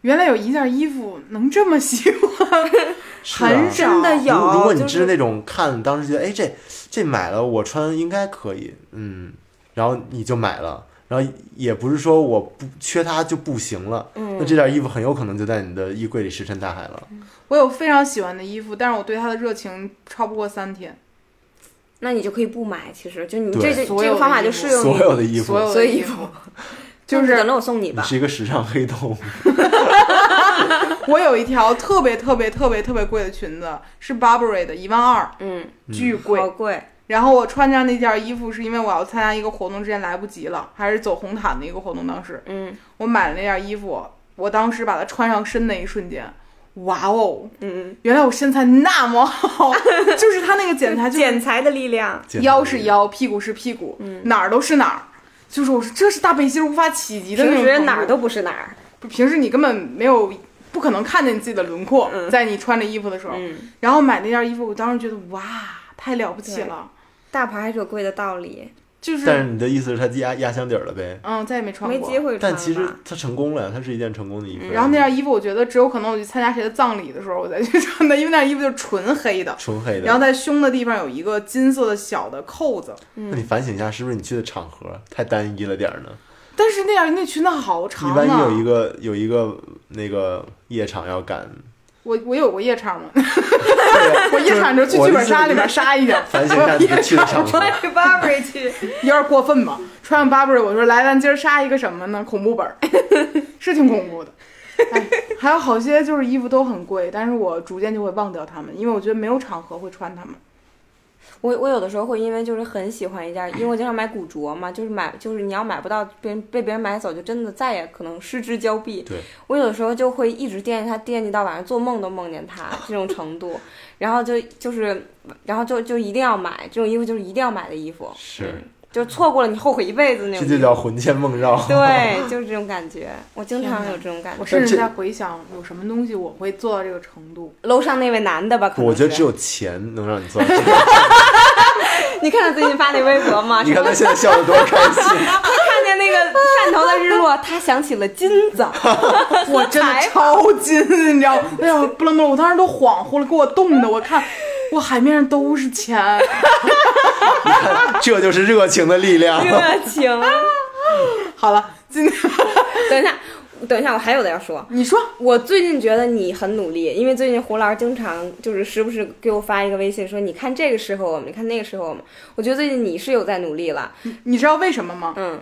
S1: 原来有一件衣服能这么喜欢，
S3: 是啊
S1: 很少
S2: 真的有
S3: 如如果你
S2: 就是
S3: 知那种看，当时觉得哎这这买了我穿应该可以，嗯，然后你就买了，然后也不是说我不缺它就不行了，
S1: 嗯
S3: 那这件衣服很有可能就在你的衣柜里石沉大海了。
S1: 我有非常喜欢的衣服，但是我对它的热情超不过三天。
S2: 那你就可以不买，其实就你
S3: 对
S2: 这就
S1: 所有
S2: 这
S1: 的
S2: 个方法
S1: 衣
S2: 就
S1: 服
S2: 适用
S3: 所
S2: 于
S3: 有的衣
S1: 所
S3: 服，
S1: 有
S2: 所
S1: 的
S2: 以
S1: 衣服，就
S2: 就是等着我送你
S3: 你
S2: 吧。
S3: 是一个时尚黑洞，
S1: 我有一条特别特别特别特别贵的裙子，是 Burberry 的，一万二，
S2: 嗯，
S1: 巨贵。
S2: 好贵，
S1: 然后我穿上那件衣服，是因为我要参加一个活动，之前来不及了，还是走红毯的一个活动。当时
S2: 嗯
S1: 我买了那件衣服，我当时把它穿上身那一瞬间，哇哦，
S2: 嗯，
S1: 原来我身材那么好，就是它那个剪裁，就是
S2: 嗯剪裁的力量，
S3: 简直
S1: 腰是，腰，屁股是屁股，
S2: 嗯
S1: 哪儿都是哪儿。就是我说这是大背心无法企及的那
S2: 平
S1: 种
S2: 时
S1: 程
S2: 哪儿
S1: 度
S2: 都不是哪儿。
S1: 不平时你根本没有不可能看见你自己的轮廓，
S2: 嗯
S1: 在你穿着衣服的时候，
S2: 嗯，
S1: 然后买那件衣服，我当时觉得哇，太了不起了，
S2: 大牌还是有贵的道理，
S1: 就
S3: 但
S1: 是
S3: 是你的意思是它压压箱底儿了呗？
S1: 嗯，再也没穿
S2: 没
S1: 过
S2: 机。会穿
S3: 但
S2: 了
S3: 其实
S2: 吧。
S3: 它成功了，它是一件成功的衣服。
S1: 然后那件衣服，我觉得只有可能我去参加谁的葬礼的时候，我再去穿的，因为那件衣服就是纯黑的，
S3: 纯黑的，
S1: 然后在胸的地方有一个金色的小的扣子。
S3: 那你反省一下，是不是你去的场合太单一了点儿呢？
S1: 但是那样那裙子好
S3: 你
S1: 长
S3: 万一
S1: 啊！
S3: 有一个有一个那个夜场 要赶，
S1: 我我有过夜场吗？
S3: 对呀
S1: 我夜场就去剧本杀里面杀一下，
S3: 反省一下你的去的场合。
S2: 穿着 Burberry 去，
S1: 有点过分吧？穿上 Burberry，我说来，咱今儿杀一个什么呢？恐怖本儿， 是挺恐怖的。哎，还有好些就是衣服都很贵，但是我逐渐就会忘掉它们，因为我觉得没有场合会穿它们。
S2: 我我有的时候会因为就是很喜欢一件，因为我经常买古着嘛，就是买就是你要买不到，别人被别人买走，就真的再也可能失之交臂。
S3: 对，
S2: 我有的时候就会一直惦记它，惦记到晚上做梦都梦见它这种程度，然后就就是然后就就一定要买这种衣服，就是一定要买的衣服，
S3: 是，
S2: 就错过了你后悔一辈子那
S3: 这
S2: 种。
S3: 就叫魂牵梦绕。
S2: 对，就是这种感觉，我经常有这种感
S1: 哎我
S2: 觉。
S1: 甚至
S3: 但
S1: 在回想有什么东西我会做到这个程 度。
S2: 楼上那位男的吧，可能
S3: 我觉得
S2: 是
S3: 只有钱能让你做到这 个。
S2: 你看他最近发那微博吗？
S3: 你看
S2: 什
S3: 他
S2: 么
S3: 现在笑得多开心，
S2: 看见那个汕头的日落，他想起了金子。
S1: 我真的超金， 你知道吗？哎呀，不能不能，我当时都恍惚了，给我冻的。我看，哇，海面上都是钱，
S3: 这就是热情的力量。
S2: 热情。
S1: 好了，今天 。
S2: 等一下，等一下，我还有的要说
S1: 你说
S2: 我最近觉得你很努力，因为最近胡老师经常就是时不时给我发一个微信说：“你看这个适合我们，你看那个适合我们。”我觉得最近你是有在努力了，
S1: 你知道为什么吗？
S2: 嗯，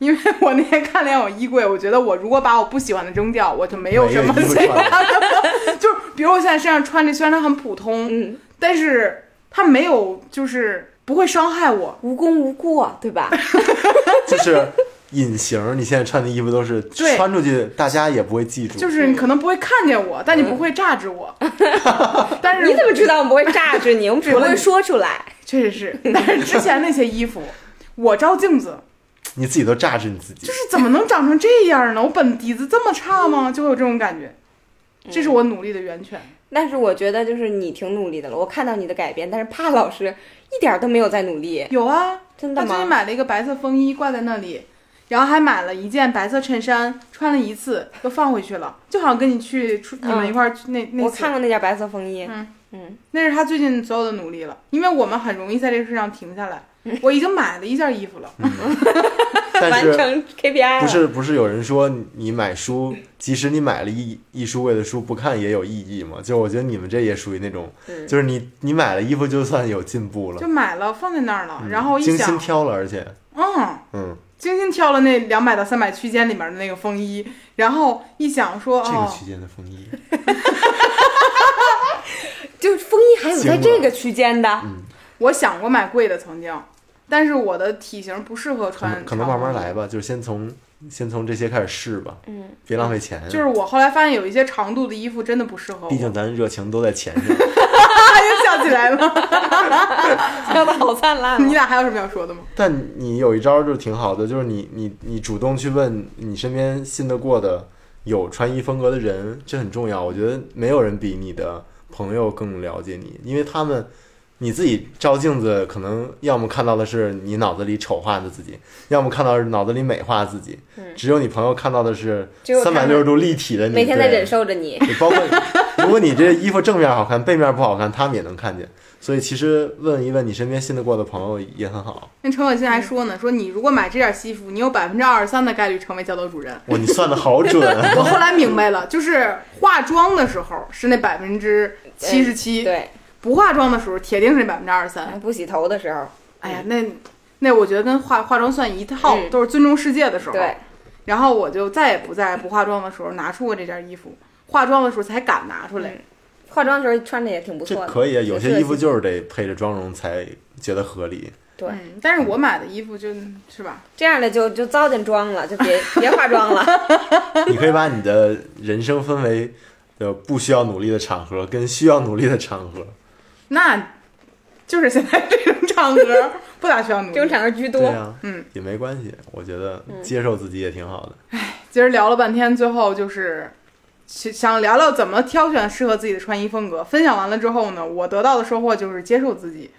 S1: 因为 我那天看了眼我衣柜，我觉得我如果把我不喜欢的扔掉，我就没有什么
S3: 没有衣服
S1: 喜欢的。就是比如我现在身上穿这，虽然它很普通，
S2: 嗯，
S1: 但是它没有就是不会伤害我。
S2: 无功无过，对 吧？
S3: 就是隐形，你现在穿的衣服都是
S1: 对
S3: 穿出去，大家也不会记住。
S1: 就是
S2: 嗯
S1: 你可能不会看见我，但你不会榨制 我。但是
S2: 你怎么知道我们不会榨制你？我们只
S1: 除了
S2: 会
S1: 你
S2: 说出来。
S1: 确实是，但是之前那些衣服，我照镜子
S3: 你自己都榨制你自己
S1: 就。是怎么能长成这样呢？我本底子这么差吗？就会有这种感觉，这是我努力的源泉。
S2: 但是我觉得就是你挺努力的了，我看到你的改变，但是帕老师一点儿都没有在努力，
S1: 有啊，
S2: 真
S1: 他
S2: 的
S1: 最近
S2: 吗？
S1: 买了一个白色风衣挂在那里，然后还买了一件白色衬衫，穿了一次又放回去了，就好像跟你去出你们一块儿去那那
S2: 嗯我
S1: 次
S2: 看过那件白色风衣，
S1: 嗯
S2: 嗯
S1: 那是他最近所有的努力了，因为我们很容易在这个事上停 下来。我已经买了一件衣服了，
S3: 但
S2: 完
S3: 是
S2: 成 KPI 了。
S3: 不是不是有人说你买书，即使你买了一一书柜的书不看也有意义吗？就是我觉得你们这也属于那种，
S2: 嗯
S3: 就是你你买了衣服就算有进步了
S1: 就，买了放在那儿了，
S3: 嗯
S1: 然后一
S3: 精心
S1: 想，
S3: 挑了，而且
S1: 嗯，
S3: 嗯，
S1: 精心挑了那两百到三百区间里面的那个风衣，然后一想说，
S3: 这个
S1: 哦，
S3: 区间的风衣，
S2: 就是风衣还有
S3: 行
S2: 在
S3: 了
S2: 这个区间 的，
S1: 我想过买贵的曾经，但是我的体型不适合
S3: 可
S1: 穿
S3: 能，可能慢慢来。吧，就是先从先从这些开始试吧，
S2: 嗯，
S3: 别浪费钱，
S1: 就是我后来发现有一些长度的衣服真的不适合我，
S3: 毕竟咱热情都在钱上，
S1: 又笑起来 了。
S2: 笑的好灿烂
S1: 你
S2: 哦。
S1: 俩还有什么要说的吗？
S3: 但你有一招就挺好的，就是你你你主动去问你身边信得过的有穿衣风格的人，这很重要。我觉得没有人比你的朋友更了解你，因为他们你自己照镜子，可能要么看到的是你脑子里丑化的自己，要么看到是脑子里美化自己。
S2: 嗯
S3: 只有你朋友看到的是
S2: 只有他
S3: 三
S2: 们
S3: 百六十度立体的你，
S2: 每天在
S3: 对
S2: 忍受着你。
S3: 你包括如果你这衣服正面好看，背面不好看，他们也能看见。所以其实问一问你身边信得过的朋友也很好。
S1: 那陈可辛还说呢，说你如果买这件西服，你有百分之二十三的概率成为教导主 任。
S3: 哇，你算的好准啊！
S1: 我后来明白了，就是化妆的时候是那百分之七十七，
S2: 对，
S1: 不化妆的时候铁定是那百分之二十三。
S2: 不洗头的时候，
S1: 哎呀，那那我觉得跟化化妆算一套，
S2: 嗯
S1: 都是尊重世界的时候。
S2: 对，
S1: 然后我就再也不在不化妆的时候拿出过这件衣服，化妆的时候才敢拿出来。
S2: 嗯化妆的时候穿着也挺不
S3: 这
S2: 错的。
S3: 可以啊，有
S2: 挺设
S3: 些
S2: 计
S3: 衣服就是得配着妆容才觉得合理。
S2: 对，
S1: 嗯，但是我买的衣服就是吧，
S2: 这样的就就糟践妆了，就 别别化妆了。
S3: 你可以把你的人生分为呃不需要努力的场合跟需要努力的场合。
S1: 那就是现在这种场合不咋需要努力。
S2: 这种场合居
S3: 对
S2: 多，
S3: 啊，
S1: 嗯，
S3: 也没关系，我觉得接受自己也挺好的。
S1: 今儿聊了半天，最后就是想想聊聊怎么挑选适合自己的穿衣风格。分享完了之后呢，我得到的收获就是接受自 己，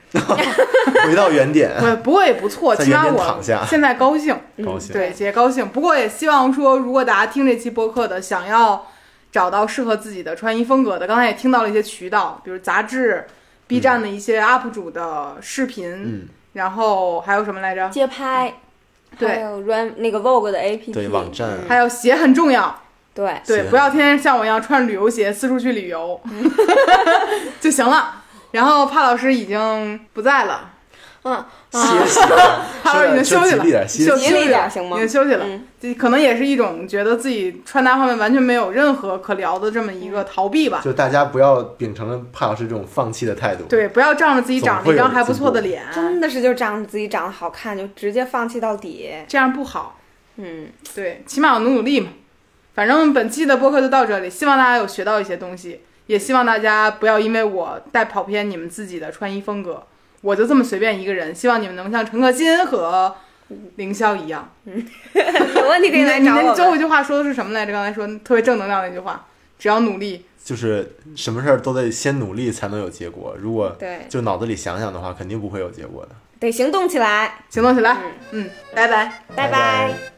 S3: 回到原点，
S1: 不不过也不错，
S3: 在
S1: 起码
S3: 原点躺
S1: 我
S3: 下
S1: 现在高兴。
S3: 高
S1: 嗯
S3: 兴。
S1: 对，姐高兴。不过也希望说，如果大家听这期播客的，想要找到适合自己的穿衣风格的，刚才也听到了一些渠道，比如杂志、B 站的一些 UP 主的视频，
S3: 嗯，
S1: 然后还有什么来着？
S2: 街拍，
S1: 对
S2: 还有 run 那个 Vogue 的 APP，
S3: 对网站
S1: 还有鞋很重要，
S2: 嗯对，
S1: 对，
S3: 鞋
S1: 不要天天像我一样穿旅游鞋四处去旅游 就行了。然后帕老师已经不在了，
S2: 嗯，
S3: 歇息 啊，
S1: 帕老师已经
S3: 说
S1: 休
S3: 得
S1: 息
S3: 说
S1: 了，休休
S2: 吉
S3: 吉利点歇息
S2: 利
S1: 息
S2: 点
S1: 了，
S2: 行吗
S1: 已经休息了。
S2: 嗯，
S1: 这可能也是一种觉得自己穿搭方面完全没有任何可聊的这么一个
S2: 嗯
S1: 逃避吧。
S3: 就大家不要秉承了帕老师这种放弃的态度。
S1: 对，不要仗着自己长了一张还不错的脸，
S2: 真的是就长自己长得好看，就直接放弃到底。
S1: 这样不好。
S2: 嗯，
S1: 对，起码我努努力嘛。反正本期的播客就到这里，希望大家有学到一些东西，也希望大家不要因为我带跑偏你们自己的穿衣风格。我就这么随便一个人，希望你们能像陈可辛和凌霄一 样。
S2: 有问题可
S1: 你
S2: 以
S1: 那
S2: 来
S1: 你
S2: 找我
S1: 那
S2: 们。
S1: 最后一句话说的是什么来着？刚才说特别正能量那句话，只要努力，
S3: 就是什么事儿都得先努力才能有结果。如果
S2: 对
S3: 就脑子里想想的话，肯定不会有结果的。
S2: 得行动起来，
S1: 行动起来。嗯，拜拜。
S2: 拜
S3: 拜拜
S2: 拜